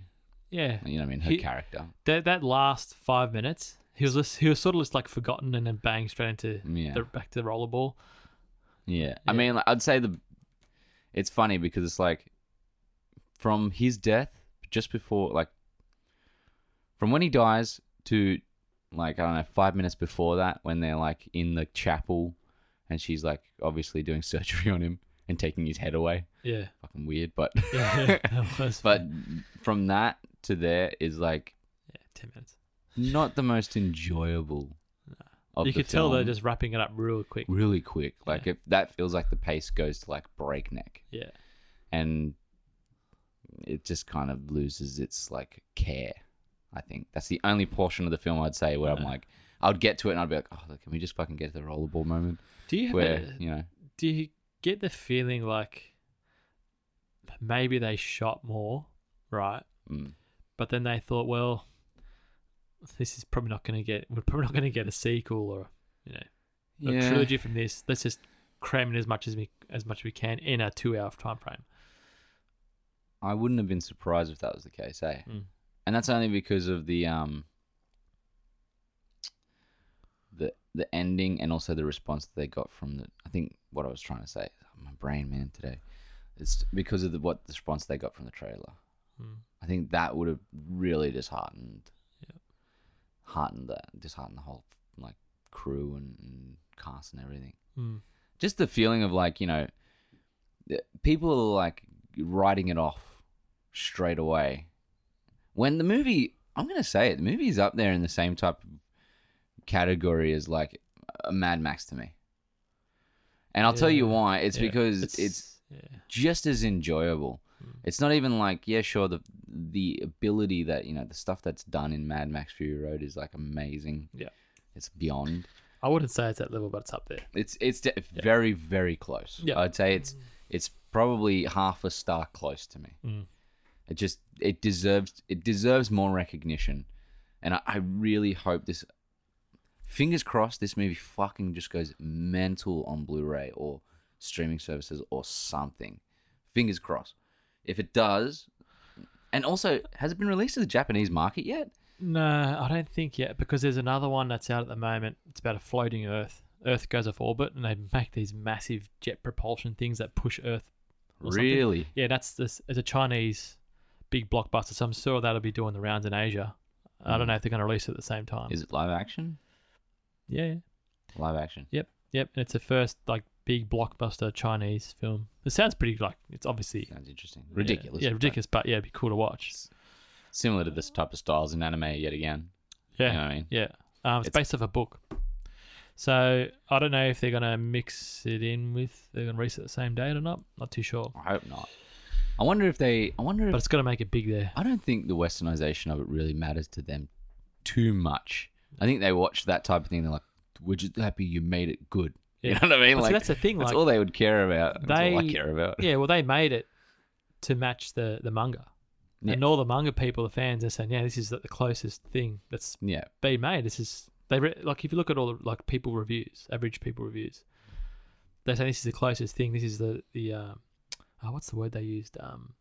Speaker 2: Yeah.
Speaker 1: You know, what I mean, her
Speaker 2: He-
Speaker 1: character.
Speaker 2: That that last five minutes, he was just, he was sort of just like forgotten and then bang straight into
Speaker 1: Yeah.
Speaker 2: the, back to the rollerball.
Speaker 1: Yeah. I
Speaker 2: Yeah.
Speaker 1: mean, like, I'd say the. It's funny because it's like, from his death, just before, like, from when he dies to, like, I don't know, five minutes before that, when they're like in the chapel, and she's like obviously doing surgery on him and taking his head away.
Speaker 2: Yeah.
Speaker 1: Fucking weird, but
Speaker 2: Yeah. that was
Speaker 1: but from that to there is like
Speaker 2: yeah, ten minutes.
Speaker 1: not the most enjoyable. of
Speaker 2: You
Speaker 1: the
Speaker 2: could tell they're
Speaker 1: film.
Speaker 2: just wrapping it up real quick.
Speaker 1: really quick. Like if that feels like the pace goes to like breakneck.
Speaker 2: Yeah.
Speaker 1: and it just kind of loses its like care. I think that's the only portion of the film I'd say where I'm like, I'd get to it and I'd be like, oh, look, can we just fucking get to the rollerball moment
Speaker 2: Do you have
Speaker 1: where
Speaker 2: a,
Speaker 1: you know,
Speaker 2: do you get the feeling like maybe they shot more, right?
Speaker 1: mm,
Speaker 2: But then they thought, well, this is probably not going to get. We're probably not going to get a sequel or you know a
Speaker 1: yeah,
Speaker 2: trilogy from this. Let's just cram in as much as we as much as we can in a two-hour time frame.
Speaker 1: I wouldn't have been surprised if that was the case, eh?
Speaker 2: Mm.
Speaker 1: And that's only because of the um, the the ending and also the response that they got from the. I think what I was trying to say, my brain, man, today, it's because of the, what the response they got from the trailer.
Speaker 2: Mm.
Speaker 1: I think that would have really disheartened, heartened the disheartened the whole like crew and, and cast and everything.
Speaker 2: Mm.
Speaker 1: Just the feeling of like you know, th- people are like writing it off straight away. When the movie, I'm gonna say it, the movie is up there in the same type of category as like a Mad Max to me. And I'll tell you
Speaker 2: Yeah.
Speaker 1: why. It's
Speaker 2: Yeah.
Speaker 1: because it's
Speaker 2: yeah.
Speaker 1: just as enjoyable. It's not even like yeah, sure the the ability that you know the stuff that's done in Mad Max Fury Road is like amazing.
Speaker 2: Yeah.
Speaker 1: it's beyond.
Speaker 2: I wouldn't say it's that level, but it's up there.
Speaker 1: It's it's de- very very close.
Speaker 2: Yeah.
Speaker 1: I'd say it's it's probably half a star close to me.
Speaker 2: Mm.
Speaker 1: It just it deserves it deserves more recognition, and I, I really hope this. Fingers crossed, this movie fucking just goes mental on Blu-ray or streaming services or something. Fingers crossed. If it does, and also has it been released to the Japanese market yet?
Speaker 2: No, I don't think yet because there's another one that's out at the moment. It's about a floating Earth. Earth goes off orbit, and they make these massive jet propulsion things that push Earth. or something.
Speaker 1: Really?
Speaker 2: Yeah, that's this. It's a Chinese big blockbuster. So I'm sure that'll be doing the rounds in Asia. I don't know if they're going to release it at the same time.
Speaker 1: Hmm. Is it live action?
Speaker 2: yeah, yeah.
Speaker 1: Live action.
Speaker 2: Yep. Yep. And it's the first like big blockbuster Chinese film. It sounds pretty like it's obviously
Speaker 1: Sounds interesting.
Speaker 2: yeah,
Speaker 1: Ridiculous.
Speaker 2: Yeah,
Speaker 1: but
Speaker 2: ridiculous, but yeah, it'd be cool to watch.
Speaker 1: Similar to this type of styles in anime yet again.
Speaker 2: Yeah.
Speaker 1: You know what I mean?
Speaker 2: Yeah. Um, it's,
Speaker 1: It's-
Speaker 2: based off a book. So I don't know if they're gonna mix it in with they're gonna release it the same date or not. Not too sure.
Speaker 1: I hope not. I wonder if they. I wonder
Speaker 2: But
Speaker 1: if.
Speaker 2: it's gonna make it big there.
Speaker 1: I don't think the westernization of it really matters to them too much. I think they watch that type of thing. They're like, "We're just happy you made it good." You
Speaker 2: Yeah.
Speaker 1: know what I mean?
Speaker 2: But see,
Speaker 1: like
Speaker 2: that's the thing,
Speaker 1: That's
Speaker 2: like,
Speaker 1: all they would care about. That's all I
Speaker 2: they-
Speaker 1: care about.
Speaker 2: yeah, well they made it to match the the manga.
Speaker 1: Yeah.
Speaker 2: And all the manga people, the fans are saying, Yeah, this is the the closest thing that's
Speaker 1: Yeah.
Speaker 2: been made. This is they re- like if you look at all the like people reviews, average people reviews, they say this is the closest thing. This is the the um, oh, what's the word they used? Um,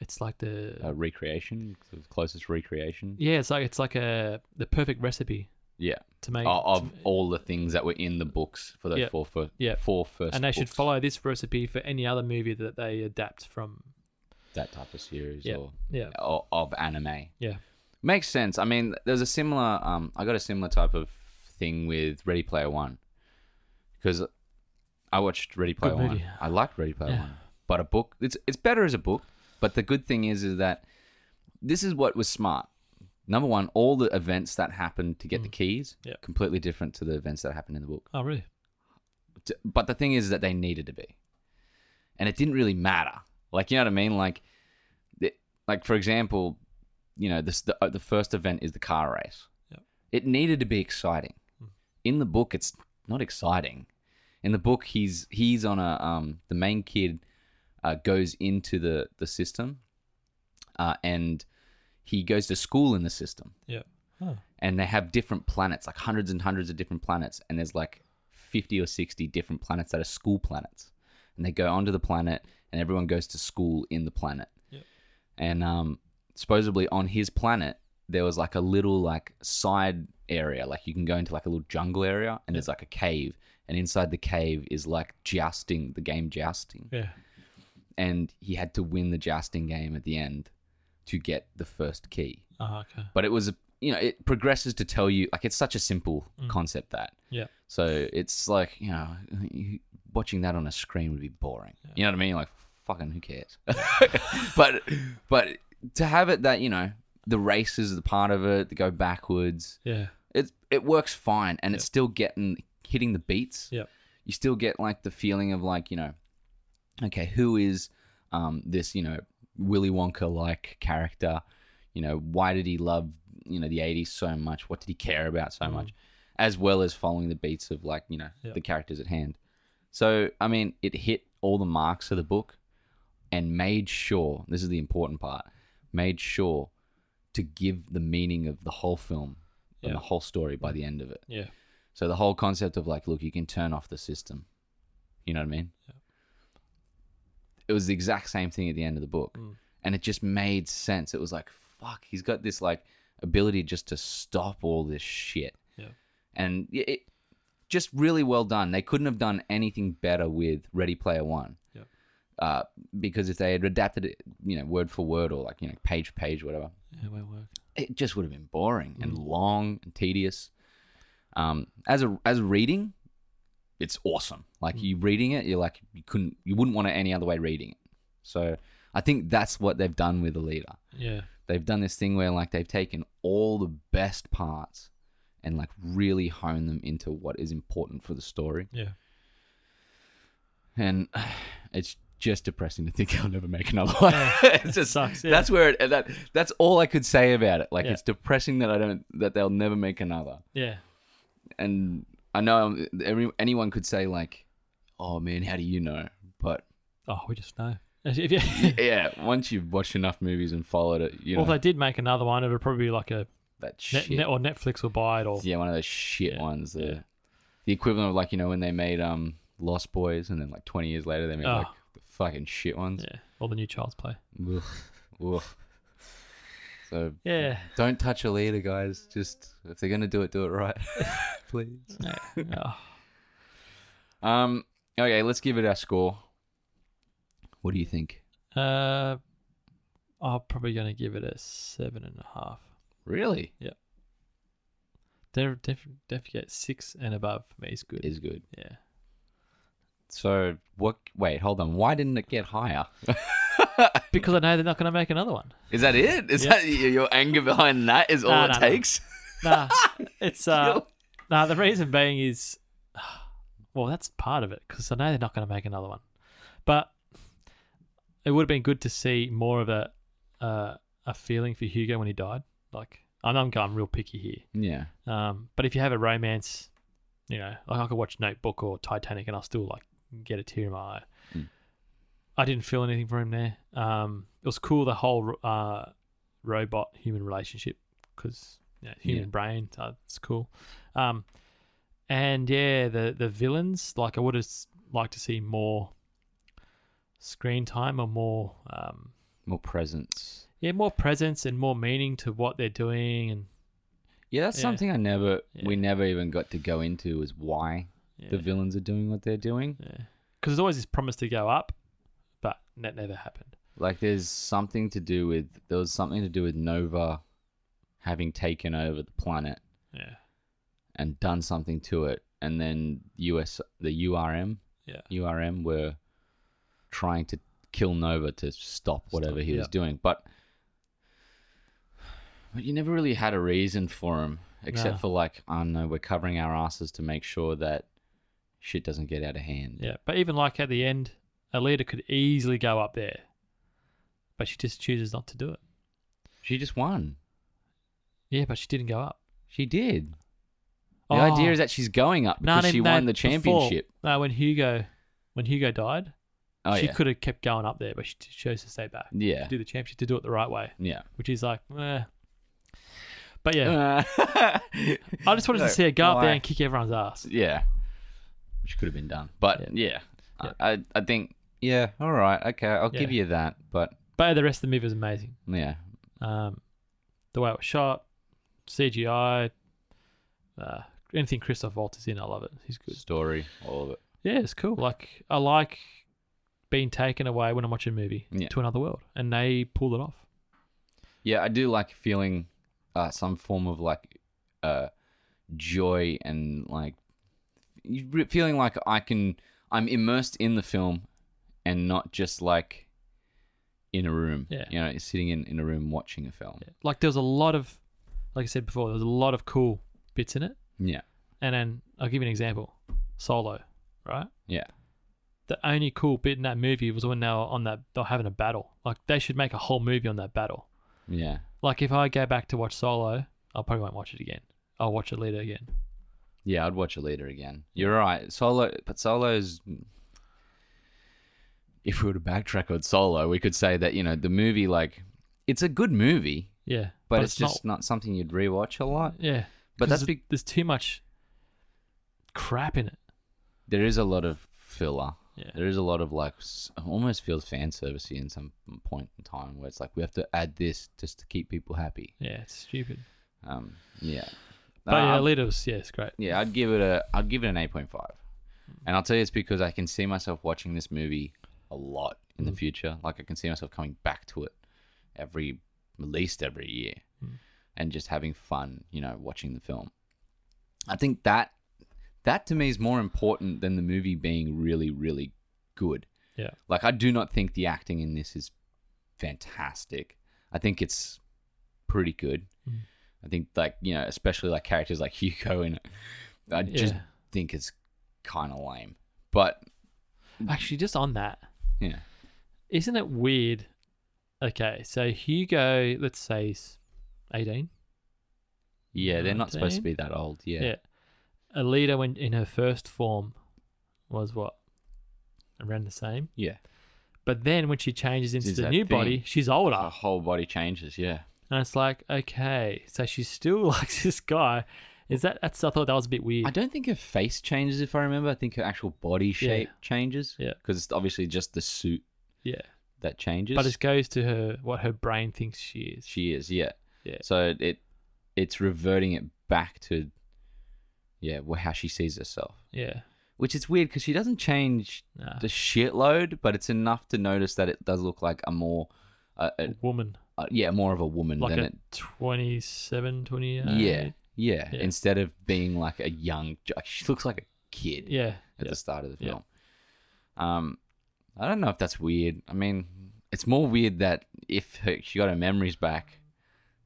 Speaker 2: it's like the
Speaker 1: Uh, recreation, the closest recreation.
Speaker 2: yeah, it's like it's like a the perfect recipe
Speaker 1: Yeah.
Speaker 2: to make.
Speaker 1: O- Oh, of
Speaker 2: to-
Speaker 1: all the things that were in the books for those
Speaker 2: Yeah.
Speaker 1: four fir-
Speaker 2: Yeah.
Speaker 1: four first.
Speaker 2: and they should
Speaker 1: books,
Speaker 2: follow this recipe for any other movie that they adapt from.
Speaker 1: that type of series
Speaker 2: Yeah,
Speaker 1: or,
Speaker 2: yeah,
Speaker 1: or of anime.
Speaker 2: yeah,
Speaker 1: Makes sense. I mean, there's a similar. Um, I got a similar type of thing with Ready Player One because I watched Ready Player
Speaker 2: movie.
Speaker 1: One. I liked Ready Player
Speaker 2: Yeah.
Speaker 1: One, but a book. It's it's better as a book. But the good thing is, is that this is what was smart. Number one, all the events that happened to get the keys
Speaker 2: Mm. Yeah.
Speaker 1: completely different to the events that happened in the book.
Speaker 2: Oh really?
Speaker 1: T- But the thing is that they needed to be, and it didn't really matter. Like you know what I mean? Like, the, like for example, you know this the, uh, the first event is the car race.
Speaker 2: Yep.
Speaker 1: It needed to be exciting. In the book, it's not exciting. In the book, he's he's on a um the main kid uh, goes into the the system, uh, and he goes to school in the system
Speaker 2: Yeah. Oh.
Speaker 1: and they have different planets, like hundreds and hundreds of different planets, and there's like fifty or sixty different planets that are school planets, and they go onto the planet, and everyone goes to school in the planet,
Speaker 2: Yep.
Speaker 1: and um, supposedly on his planet there was like a little like side area, like you can go into like a little jungle area, and there's like a cave, and inside the cave is like jousting, the game jousting,
Speaker 2: Yeah.
Speaker 1: and he had to win the jousting game at the end to get the first key
Speaker 2: Oh, okay.
Speaker 1: but it was a you know it progresses to tell you like it's such a simple concept that
Speaker 2: Yeah.
Speaker 1: so it's like you know you- watching that on a screen would be boring you know what i mean like fucking who cares but but to have it that you know the races the part of it that go backwards
Speaker 2: Yeah.
Speaker 1: it it works fine and it's still getting hitting the beats
Speaker 2: Yeah.
Speaker 1: you still get like the feeling of like you know okay who is um this you know willy wonka like character you know why did he love you know the 80s so much what did he care about so much as well as following the beats of like you know
Speaker 2: Mm. Yeah.
Speaker 1: the characters at hand so i mean it hit all the marks of the book and made sure this is the important part made sure to give the meaning of the whole film and
Speaker 2: Yeah.
Speaker 1: the whole story by the end of it
Speaker 2: Yeah.
Speaker 1: so the whole concept of like, look, you can turn off the system. You know what I mean? It was the exact same thing at the end of the book,
Speaker 2: Mm.
Speaker 1: and it just made sense. It was like, fuck, he's got this like ability just to stop all this shit,
Speaker 2: Yeah.
Speaker 1: and it it- just really well done. They couldn't have done anything better with Ready Player One.
Speaker 2: Yeah.
Speaker 1: Uh, because if they had adapted it, you know, word for word or like you know, page for page, whatever,
Speaker 2: Yeah, it won't work.
Speaker 1: it just would have been boring and long and tedious. Um, as a as reading, it's awesome. Like you reading it, you're like you couldn't, you wouldn't want it any other way reading it. So I think that's what they've done with the leader.
Speaker 2: Yeah.
Speaker 1: They've done this thing where like they've taken all the best parts and like really honed them into what is important for the story.
Speaker 2: Yeah.
Speaker 1: And it's just depressing to think I'll never make another one. it's just
Speaker 2: sucks, yeah.
Speaker 1: That's where it, that that's all I could say about it. Like
Speaker 2: Yeah.
Speaker 1: it's depressing that I don't that they'll never make another.
Speaker 2: Yeah.
Speaker 1: And I know um, every, anyone could say like, "Oh man, how do you know?" But
Speaker 2: Oh, we just know. If you,
Speaker 1: yeah, once you've watched enough movies and followed it, you know
Speaker 2: well, if they did make another one, it'd probably be like a
Speaker 1: that
Speaker 2: net,
Speaker 1: shit.
Speaker 2: net, or Netflix will buy it or
Speaker 1: yeah, one of those shit
Speaker 2: Yeah,
Speaker 1: ones. The,
Speaker 2: yeah.
Speaker 1: the equivalent of like you know when they made um Lost Boys, and then like twenty years later they made
Speaker 2: Oh.
Speaker 1: like the fucking shit ones.
Speaker 2: yeah, or the new Child's Play.
Speaker 1: Ugh. Ugh. So
Speaker 2: Yeah.
Speaker 1: Don't touch a leader, guys. Just if they're gonna do it, do it right, please.
Speaker 2: Oh,
Speaker 1: Um. Okay, let's give it our score. What do you think?
Speaker 2: uh, I'm probably gonna give it a seven and a half.
Speaker 1: Really,
Speaker 2: Def, def, def get six and above for me is good.
Speaker 1: it is good.
Speaker 2: yeah.
Speaker 1: So what? Wait, hold on. Why didn't it get higher?
Speaker 2: Because I know they're not gonna make another one.
Speaker 1: Is that it? Is
Speaker 2: Yeah.
Speaker 1: that your your anger behind that? Is all
Speaker 2: No,
Speaker 1: it
Speaker 2: no, no.
Speaker 1: takes?
Speaker 2: Nah, it's uh, nah. The reason being is, well, that's part of it because I know they're not going to make another one, but it would have been good to see more of a uh, a feeling for Hugo when he died. Like I know I'm going real picky
Speaker 1: Yeah.
Speaker 2: here, um, but if you have a romance, you know, like I could watch Notebook or Titanic and I'll still like get a tear in my eye.
Speaker 1: Mm.
Speaker 2: I didn't feel anything for him there. Um, it was cool the whole uh, robot human relationship because you know, human
Speaker 1: Yeah.
Speaker 2: brain uh, it's cool. Um, and yeah, the the villains like I would have liked to see more screen time or more um,
Speaker 1: More presence.
Speaker 2: yeah more presence and more meaning to what they're doing and
Speaker 1: Yeah, that's
Speaker 2: Yeah.
Speaker 1: something I never. We
Speaker 2: Yeah.
Speaker 1: never even got to go into is why
Speaker 2: yeah.
Speaker 1: the villains are doing what they're doing.
Speaker 2: Yeah. Because there's always this promise to go up, but that never happened.
Speaker 1: Like there's something to do with there was something to do with Nova having taken over the planet
Speaker 2: Yeah.
Speaker 1: and done something to it, and then US the URM
Speaker 2: Yeah.
Speaker 1: URM were trying to kill Nova to stop whatever
Speaker 2: Stop,
Speaker 1: he was
Speaker 2: yeah.
Speaker 1: doing, but but you never really had a reason for him except
Speaker 2: No.
Speaker 1: for like I don't know we're covering our asses to make sure that shit doesn't get out of hand.
Speaker 2: Yeah. But even like at the end, Alita could easily go up there, but she just chooses not to do it.
Speaker 1: She just won.
Speaker 2: Yeah, but she didn't go up.
Speaker 1: She did. The idea
Speaker 2: Oh.
Speaker 1: is that she's going up because
Speaker 2: no,
Speaker 1: she
Speaker 2: no,
Speaker 1: won the
Speaker 2: before-
Speaker 1: championship.
Speaker 2: no, when Hugo, when Hugo died,
Speaker 1: Oh
Speaker 2: she
Speaker 1: yeah.
Speaker 2: could have kept going up there, but she t- chose to stay back.
Speaker 1: Yeah.
Speaker 2: to do the championship to do it the right way,
Speaker 1: yeah.
Speaker 2: which is like, eh. but yeah,
Speaker 1: Uh,
Speaker 2: I just wanted
Speaker 1: no,
Speaker 2: to see her go up
Speaker 1: why?
Speaker 2: there and kick everyone's ass.
Speaker 1: yeah. Which could have been done, but yeah, I, I I think yeah. All right. Okay. I'll give
Speaker 2: Yeah.
Speaker 1: you that. But
Speaker 2: But the rest of the movie was amazing.
Speaker 1: yeah.
Speaker 2: Um, the way it was shot, CGI, uh, anything Christoph Waltz is in, I love it. He's good.
Speaker 1: Story. All of it.
Speaker 2: Yeah, it's cool. Like I like being taken away when I'm watching a movie
Speaker 1: Yeah.
Speaker 2: to another world, and they pulled it off.
Speaker 1: Yeah, I do like feeling uh, some form of like uh, joy and like you re- feeling like I can I'm immersed in the film and not just like in a room.
Speaker 2: Yeah.
Speaker 1: you know, sitting in, in a room watching a film.
Speaker 2: Like there was a lot of, like I said before, there was a lot of cool bits in it.
Speaker 1: Yeah,
Speaker 2: And then I'll give you an example, Solo, right?
Speaker 1: yeah,
Speaker 2: the only cool bit in that movie was when they were on that they were having a battle. Like they should make a whole movie on that battle.
Speaker 1: yeah,
Speaker 2: Like if I go back to watch Solo, I probably won't watch it again. I'll watch it later again.
Speaker 1: yeah. I'd watch it later again. You're right. Solo, but Solo's. If we were to backtrack on Solo, we could say that you know the movie like it's a good movie,
Speaker 2: Yeah,
Speaker 1: but, it's, just not something you'd rewatch a lot.
Speaker 2: yeah.
Speaker 1: But
Speaker 2: 'Cause
Speaker 1: that's
Speaker 2: th-
Speaker 1: big.
Speaker 2: there's too much crap in it.
Speaker 1: There is a lot of filler.
Speaker 2: Yeah.
Speaker 1: There is a lot of like s- almost feels fan servicey in some point in time where it's like we have to add this just to keep people happy.
Speaker 2: Yeah, it's stupid.
Speaker 1: Um, yeah.
Speaker 2: But yeah,
Speaker 1: Um,
Speaker 2: later was yeah, it's great.
Speaker 1: yeah, I'd give it a I'd give it an eight point five, and I'll tell you it's because I can see myself watching this movie a lot in the future. Like I can see myself coming back to it every at least every year, and just having fun, you know, watching the film. I think that that to me is more important than the movie being really really good.
Speaker 2: Yeah,
Speaker 1: Like I do not think the acting in this is fantastic. I think it's pretty good.
Speaker 2: Mm.
Speaker 1: I think like you know, especially like characters like Hugo in it. I just
Speaker 2: Yeah.
Speaker 1: think it's kind of lame. But
Speaker 2: actually, just on that,
Speaker 1: yeah,
Speaker 2: isn't it weird? Okay, so Hugo, let's say he's eighteen.
Speaker 1: yeah, they're not supposed to be that old. Yeah,
Speaker 2: Yeah. Alita, when in her first form, was what around the same.
Speaker 1: yeah.
Speaker 2: But then when she changes into
Speaker 1: She's
Speaker 2: the
Speaker 1: that
Speaker 2: new
Speaker 1: thing. Oh.
Speaker 2: body, she's older,
Speaker 1: Our whole body changes. Yeah,
Speaker 2: and it's like, okay, so she's still like this guy. Is that that's? I thought that was a bit weird.
Speaker 1: I don't think her face changes. If I remember, I think her actual body shape changes.
Speaker 2: Yeah.
Speaker 1: because it's obviously just the suit
Speaker 2: yeah,
Speaker 1: that changes.
Speaker 2: but it goes to her what her brain thinks she is.
Speaker 1: she is. Yeah,
Speaker 2: Yeah.
Speaker 1: So it it's reverting it back to yeah wh- how she sees herself.
Speaker 2: yeah,
Speaker 1: which is weird because she doesn't change
Speaker 2: Nah.
Speaker 1: the shitload, but it's enough to notice that it does look like a more, uh, a,
Speaker 2: woman,
Speaker 1: a, yeah, more of a woman
Speaker 2: like
Speaker 1: than
Speaker 2: a
Speaker 1: it.
Speaker 2: 27, 28.
Speaker 1: Yeah, yeah,
Speaker 2: yeah.
Speaker 1: Instead of being like a young, j- she looks like a kid
Speaker 2: yeah,
Speaker 1: at
Speaker 2: yeah.
Speaker 1: the start of the
Speaker 2: yeah.
Speaker 1: film. Um, I don't know if that's weird. I mean, it's more weird that if her, she got her memories back,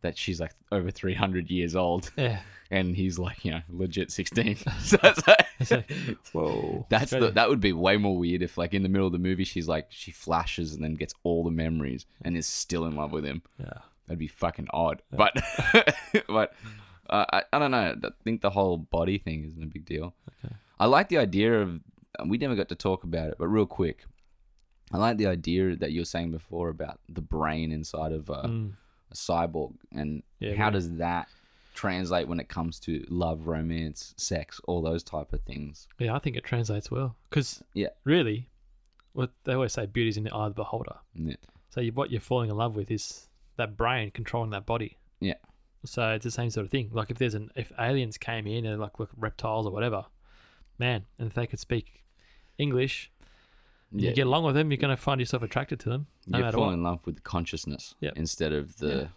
Speaker 1: that she's like over three hundred years old,
Speaker 2: yeah.
Speaker 1: and he's like you know legit sixteen. so it's like,
Speaker 2: Whoa,
Speaker 1: That's the, that would be way more weird if like in the middle of the movie she's like she flashes and then gets all the memories and is still in love with him.
Speaker 2: Yeah.
Speaker 1: That'd be fucking odd. But but uh, I I don't know. I think the whole body thing isn't a big deal. I like the idea of we never got to talk about it, but real quick, I like the idea that you were saying before about the brain inside of a, a cyborg and
Speaker 2: Mm. Yeah,
Speaker 1: how
Speaker 2: yeah.
Speaker 1: does that translate when it comes to love, romance, sex, all those type of things.
Speaker 2: Yeah, I think it translates well because
Speaker 1: Yeah.
Speaker 2: really, what they always say, beauty's in the eye of the beholder.
Speaker 1: Yeah.
Speaker 2: So you, what you're falling in love with is that brain controlling that body.
Speaker 1: Yeah.
Speaker 2: So it's the same sort of thing. Like if there's an if aliens came in and like look reptiles or whatever, man, and if they could speak English, and
Speaker 1: Yeah.
Speaker 2: you get along with them, you're gonna find yourself attracted to them, no
Speaker 1: you
Speaker 2: matter
Speaker 1: fall
Speaker 2: what.
Speaker 1: in love with the consciousness
Speaker 2: Yep.
Speaker 1: instead of the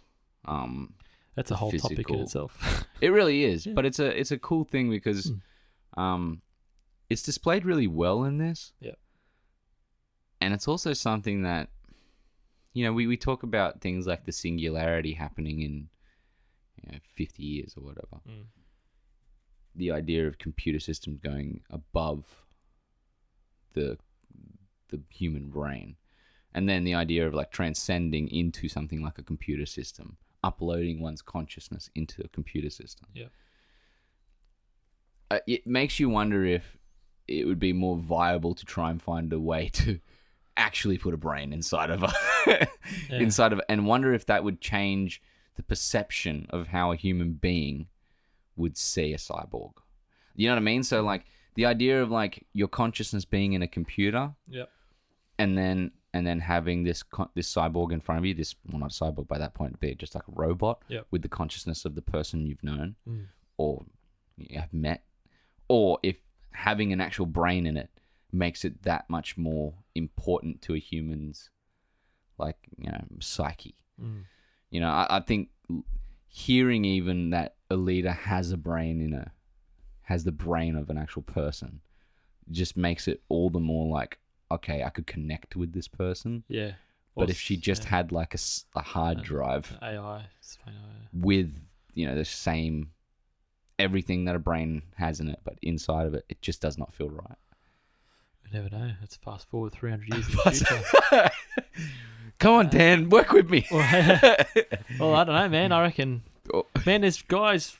Speaker 1: um
Speaker 2: That's a whole topic in
Speaker 1: physical-
Speaker 2: itself.
Speaker 1: it really is but it's a it's a cool thing because um it's displayed really well in this
Speaker 2: Yep.
Speaker 1: and it's also something that you know we, we talk about things like the singularity happening in you know, 50 years or whatever
Speaker 2: Mm.
Speaker 1: the idea of computer systems going above the the human brain. And then the idea of like transcending into something like a computer system, uploading one's consciousness into a computer system.
Speaker 2: Yep.
Speaker 1: Uh, it makes you wonder if it would be more viable to try and find a way to actually put a brain inside of a inside of and wonder if that would change the perception of how a human being would see a cyborg. You know what I mean? So like the idea of like your consciousness being in a computer
Speaker 2: Yep.
Speaker 1: and then and then having this co- this cyborg in front of you, this well not cyborg by that point, it'd be just like a robot
Speaker 2: Yep.
Speaker 1: with the consciousness of the person you've known or you have met, or if having an actual brain in it makes it that much more important to a human's like you know psyche.
Speaker 2: Mm.
Speaker 1: You know, I, I think hearing even that Alita has a brain in her, has the brain of an actual person, just makes it all the more like, okay, I could connect with this person.
Speaker 2: Yeah.
Speaker 1: But if she just had like a, s- a hard drive
Speaker 2: AI, it's fine, AI.
Speaker 1: with, you know, the same everything that a brain has in it, but inside of it, it just does not feel right.
Speaker 2: we never know. Let's fast forward 300 years in the future.
Speaker 1: Come on, Dan, work with me.
Speaker 2: well, I don't know, man. I reckon,
Speaker 1: Oh.
Speaker 2: man, there's guys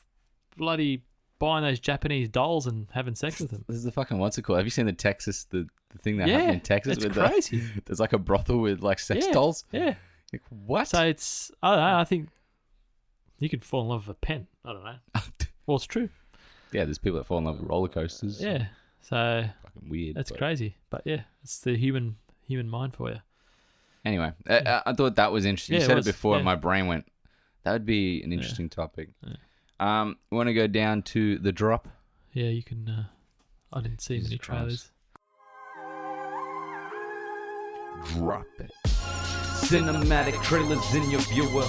Speaker 2: bloody buying those Japanese dolls and having sex with them.
Speaker 1: This is the fucking what's it called? Have you seen the Texas the, the thing that
Speaker 2: yeah,
Speaker 1: happened in Texas
Speaker 2: it's
Speaker 1: with the
Speaker 2: crazy.
Speaker 1: there's like a brothel with like sex
Speaker 2: Yeah,
Speaker 1: dolls?
Speaker 2: yeah.
Speaker 1: Like, what?
Speaker 2: So it's I don't know. I think you can fall in love with a pen. I don't know. Well, it's true.
Speaker 1: yeah, there's people that fall in love with roller coasters.
Speaker 2: Yeah. So
Speaker 1: Fucking weird.
Speaker 2: that's
Speaker 1: but-
Speaker 2: crazy. But yeah, it's the human human mind for you.
Speaker 1: Anyway, I- I, I thought that was interesting.
Speaker 2: Yeah,
Speaker 1: you
Speaker 2: it
Speaker 1: said it,
Speaker 2: was,
Speaker 1: before,
Speaker 2: yeah.
Speaker 1: and my brain went, that would be an interesting topic. Um, want to go down to the drop?
Speaker 2: Yeah, you can. Uh, I didn't see
Speaker 1: Jesus
Speaker 2: many
Speaker 1: Christ.
Speaker 2: trailers.
Speaker 3: Drop it.
Speaker 1: Cinematic trailers in your viewer.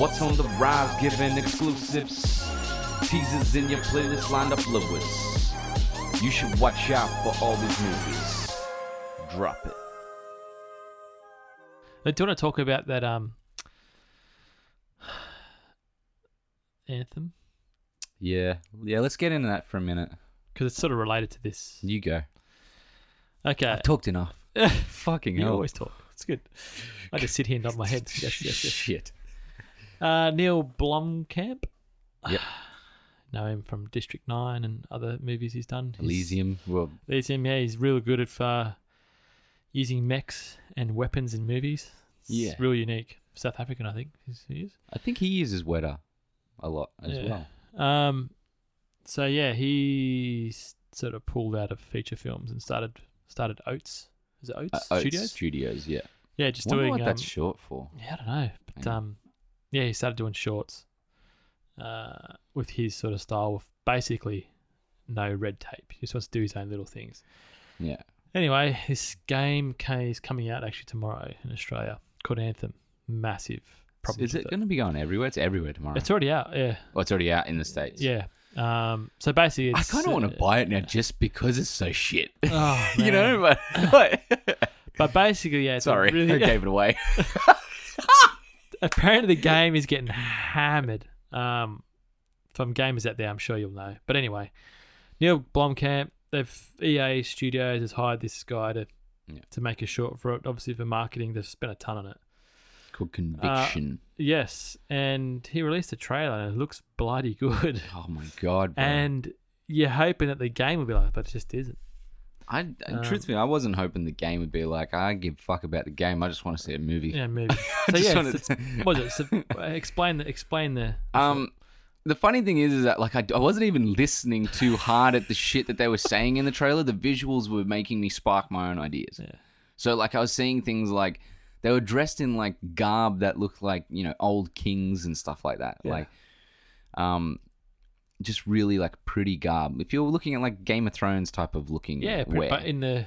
Speaker 3: What's on the rise? Giving exclusives. Teasers in your playlist lined up lowest. You should watch out for all these movies. Drop it.
Speaker 2: Uh, Do you want to talk about that um anthem?
Speaker 1: Yeah, yeah. Let's get into that for a minute.
Speaker 2: Because it's sort of related to this.
Speaker 1: You go.
Speaker 2: Okay.
Speaker 1: I've talked enough. Fucking
Speaker 2: You
Speaker 1: hell.
Speaker 2: always talk. It's good. I just sit here and nod my head. Yes, yes, yes.
Speaker 1: Shit.
Speaker 2: Uh, Neil Blomkamp.
Speaker 1: Yep.
Speaker 2: know him from District 9 and other movies he's done. He's-
Speaker 1: Elysium. Well,
Speaker 2: Elysium, yeah, he's real good at uh, using mechs and weapons in movies. It's
Speaker 1: Yeah.
Speaker 2: real unique. South African, I think is- he is.
Speaker 1: I think he uses Weta a lot as
Speaker 2: Yeah.
Speaker 1: well.
Speaker 2: Um, so yeah, he s- sort of pulled out of feature films and started started Oats. Is it Oats
Speaker 1: Uh, Oats
Speaker 2: Studios?
Speaker 1: Studios. Yeah.
Speaker 2: yeah, just
Speaker 1: Wonder
Speaker 2: doing.
Speaker 1: what
Speaker 2: um,
Speaker 1: that's short for.
Speaker 2: Yeah, I don't know. But
Speaker 1: Yeah.
Speaker 2: um, yeah, he started doing shorts uh, with his sort of style with basically no red tape. He just wants to do his own little things.
Speaker 1: Yeah.
Speaker 2: Anyway, this game ca- is coming out actually tomorrow in Australia called Anthem. Massive. Problem
Speaker 1: Is it going to be going everywhere? It's everywhere tomorrow.
Speaker 2: It's already out, yeah.
Speaker 1: oh, it's already out in the states.
Speaker 2: Yeah. Um, so basically,
Speaker 1: I
Speaker 2: it's.
Speaker 1: kind of want to
Speaker 2: uh,
Speaker 1: buy it now just because it's so shit.
Speaker 2: oh,
Speaker 1: you
Speaker 2: man.
Speaker 1: know, but but-
Speaker 2: But basically, yeah, it's a
Speaker 1: sorry,
Speaker 2: really,
Speaker 1: I gave it away.
Speaker 2: apparently the game is getting hammered. Um, from gamers out there, I'm sure you'll know. But anyway, Neil Blomkamp, they've EA Studios has hired this guy to
Speaker 1: Yeah.
Speaker 2: to make a short for it. Obviously for marketing, they've spent a ton on it.
Speaker 1: It's called Conviction.
Speaker 2: Yes, and he released a trailer and it looks bloody good.
Speaker 1: oh my god, bro.
Speaker 2: And you're hoping that the game will be like, but it just isn't.
Speaker 1: I
Speaker 2: um,
Speaker 1: and truthfully, I wasn't hoping the game would be like I give a fuck about the game. I just want to see a movie.
Speaker 2: Yeah, maybe. So
Speaker 1: Just
Speaker 2: yeah,
Speaker 1: wanted
Speaker 2: it's,
Speaker 1: to-
Speaker 2: it's- what is it? So, uh, explain the explain the.
Speaker 1: Um, the funny thing is, is that like I, I wasn't even listening too hard at the shit that they were saying in the trailer. The visuals were making me spark my own ideas.
Speaker 2: Yeah.
Speaker 1: So like I was seeing things like they were dressed in like garb that looked like you know old kings and stuff like that. Like, um, just really like pretty garb. If you're looking at like Game of Thrones type of looking,
Speaker 2: yeah,
Speaker 1: wear,
Speaker 2: but in the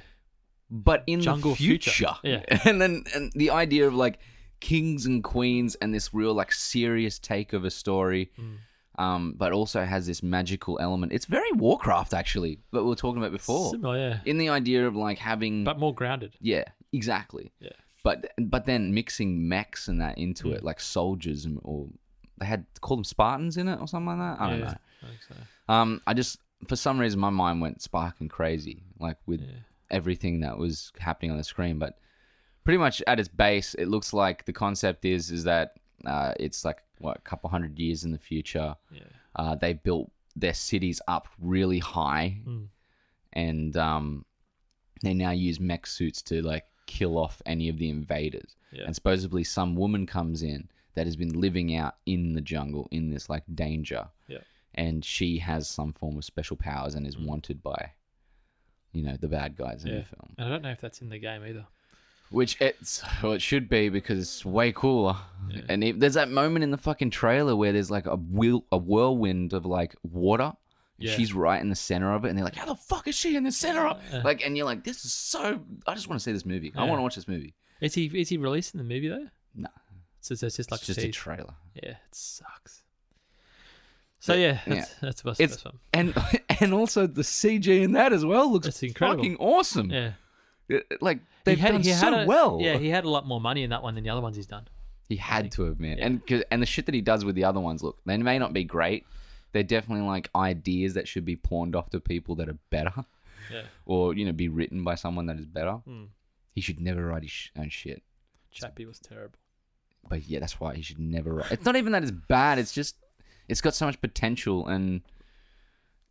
Speaker 1: but in
Speaker 2: Jungle
Speaker 1: the future.
Speaker 2: future. Yeah.
Speaker 1: And then and the idea of like kings and queens and this real like serious take of a story.
Speaker 2: Mm.
Speaker 1: Um, but also has this magical element. It's very Warcraft actually, that we were talking about before.
Speaker 2: similar, yeah,
Speaker 1: In the idea of like having
Speaker 2: but more grounded.
Speaker 1: Yeah, exactly.
Speaker 2: Yeah. Mm.
Speaker 1: But but then mixing mechs and that into it, like soldiers and or they had called them Spartans in it or something like that. I don't
Speaker 2: yeah,
Speaker 1: know.
Speaker 2: I think so.
Speaker 1: Um, I just for some reason my mind went sparking crazy, like with everything that was happening on the screen, but pretty much at its base, it looks like the concept is is that uh, it's like what a couple hundred years in the future.
Speaker 2: Yeah.
Speaker 1: Uh, they built their cities up really high,
Speaker 2: Mm.
Speaker 1: and um, they now use mech suits to like kill off any of the invaders.
Speaker 2: Yeah.
Speaker 1: And supposedly, some woman comes in that has been living out in the jungle in this like danger.
Speaker 2: Yeah. Mm.
Speaker 1: And she has some form of special powers and is wanted by, you know, the bad guys in
Speaker 2: Yeah.
Speaker 1: the film
Speaker 2: And I don't know if that's in the game either.
Speaker 1: which it's well, it should be because it's way cooler.
Speaker 2: Yeah.
Speaker 1: And if, there's that moment in the fucking trailer where there's like a wheel, a whirlwind of like water.
Speaker 2: Yeah.
Speaker 1: She's right in the center of it, and they're like, "How the fuck is she in the center of?"
Speaker 2: Yeah.
Speaker 1: Like, and you're like, "This is so." I just want to see this movie. I
Speaker 2: Yeah.
Speaker 1: want to watch this movie.
Speaker 2: Is he is he releasing the movie though?
Speaker 1: No.
Speaker 2: So it's it's just like
Speaker 1: it's just a
Speaker 2: tease.
Speaker 1: trailer.
Speaker 2: yeah, it sucks. So yeah,
Speaker 1: yeah.
Speaker 2: that's that's what's
Speaker 1: It's-
Speaker 2: that's one.
Speaker 1: And and also the CG in that as well looks
Speaker 2: It's incredible.
Speaker 1: fucking awesome.
Speaker 2: Yeah,
Speaker 1: It- it- like
Speaker 2: He
Speaker 1: they've done
Speaker 2: he
Speaker 1: so
Speaker 2: a-
Speaker 1: well.
Speaker 2: Yeah, he had a lot more money in that one than the other ones he's done.
Speaker 1: He had to have, man.
Speaker 2: Yeah.
Speaker 1: And 'cause- and the shit that he does with the other ones, look, they may not be great. They're definitely like ideas that should be pawned off to people that are better,
Speaker 2: Yeah,
Speaker 1: or you know, be written by someone that is better.
Speaker 2: Mm.
Speaker 1: He should never write his sh- own shit.
Speaker 2: Chappie was terrible.
Speaker 1: But yeah, that's why he should never write. It's not even that it's bad. It's just it's got so much potential, and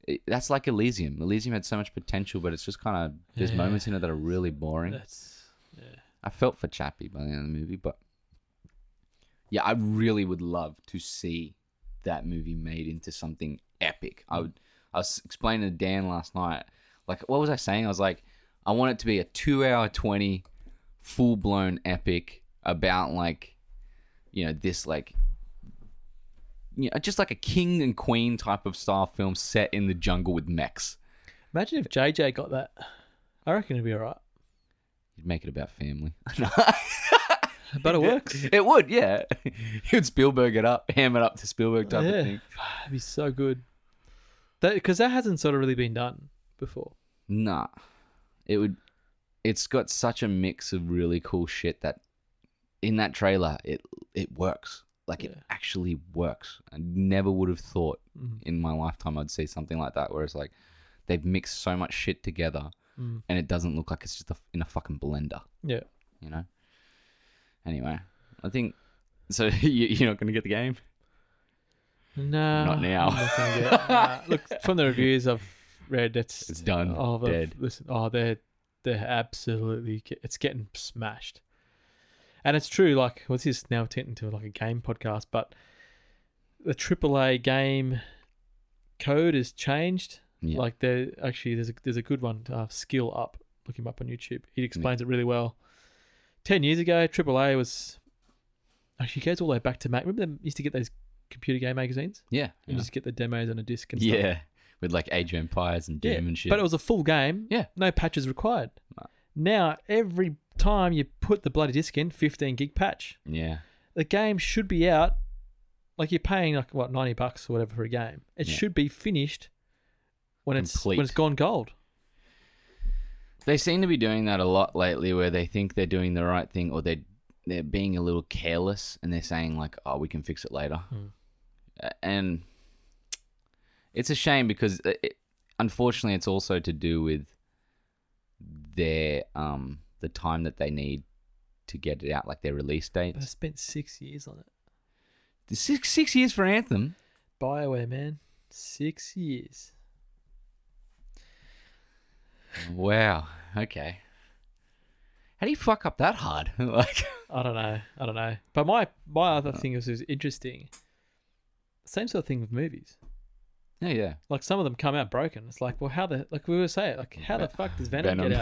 Speaker 1: it, that's like Elysium. Elysium had so much potential, but it's just kind of there's
Speaker 2: Yeah.
Speaker 1: moments in it that are really boring.
Speaker 2: That's yeah.
Speaker 1: I felt for Chappie by the end of the movie, but yeah, I really would love to see that movie made into something epic. I would. I was explaining to Dan last night, like, what was I saying? I was like, I want it to be a two-hour twenty, full-blown epic about like, you know, this like, you know, just like a king and queen type of style film set in the jungle with mechs.
Speaker 2: Imagine if JJ got that. I reckon it'd be alright.
Speaker 1: You'd make it about family.
Speaker 2: But it works. It'd
Speaker 1: It would, yeah. He would Spielberg it up, ham it up to Spielberg type
Speaker 2: Yeah.
Speaker 1: of thing.
Speaker 2: be so good. That because that hasn't sort of really been done before.
Speaker 1: Nah. It would it's got such a mix of really cool shit that in that trailer it it works. Like it
Speaker 2: Yeah.
Speaker 1: actually works. I never would have thought
Speaker 2: Mm.
Speaker 1: in my lifetime I'd see something like that where it's like they've mixed so much shit together
Speaker 2: Mm.
Speaker 1: and it doesn't look like it's just a, in a fucking blender.
Speaker 2: Yeah.
Speaker 1: you know. Anyway, I think so. You, you're not going to get the game.
Speaker 2: No,
Speaker 1: Not now.
Speaker 2: I'm not gonna get- nah. Look, from the reviews I've read, that's
Speaker 1: It's done.
Speaker 2: Oh, they've-
Speaker 1: dead.
Speaker 2: Listen, oh, they're they're absolutely ge- it's getting smashed, and it's true. Like, what's this now turned into like a game podcast? But the AAA game code has changed.
Speaker 1: Yeah.
Speaker 2: Like, there actually there's a, there's a good one. Uh, Skill up, look him up on YouTube. He explains it really well. Ten years ago, AAA was actually it goes all the way back to Mac. Remember they used to get those computer game magazines
Speaker 1: yeah,
Speaker 2: and
Speaker 1: yeah.
Speaker 2: just get the demos on a disc and stuff.
Speaker 1: Yeah, with like Age of Empires and Doom and shit.
Speaker 2: But it was a full game.
Speaker 1: Yeah.
Speaker 2: No patches required.
Speaker 1: No.
Speaker 2: Now, every time you put the bloody disc in, 15 gig patch.
Speaker 1: yeah,
Speaker 2: The game should be out. Like you're paying like what 90 bucks or whatever for a game. It
Speaker 1: Yeah.
Speaker 2: should be finished when it's
Speaker 1: Complete.
Speaker 2: when it's gone gold.
Speaker 1: they seem to be doing that a lot lately, where they think they're doing the right thing or they are they're being a little careless and they're saying like, "Oh, we can fix it later,"
Speaker 2: Mm.
Speaker 1: A- and it's a shame because it, it- unfortunately, it's also to do with their um the time that they need to get it out, like their release
Speaker 2: But I
Speaker 1: dates.
Speaker 2: spent six years on it.
Speaker 1: Six six years for Anthem.
Speaker 2: Bioware, man, six years.
Speaker 1: Wow. Okay. How do you fuck up that hard? like,
Speaker 2: I don't know. I don't know. But my my other thing is is interesting. Same sort of thing with movies.
Speaker 1: oh yeah.
Speaker 2: Like some of them come out broken. It's like, well, how the like we were saying, like how the fuck does Venom, get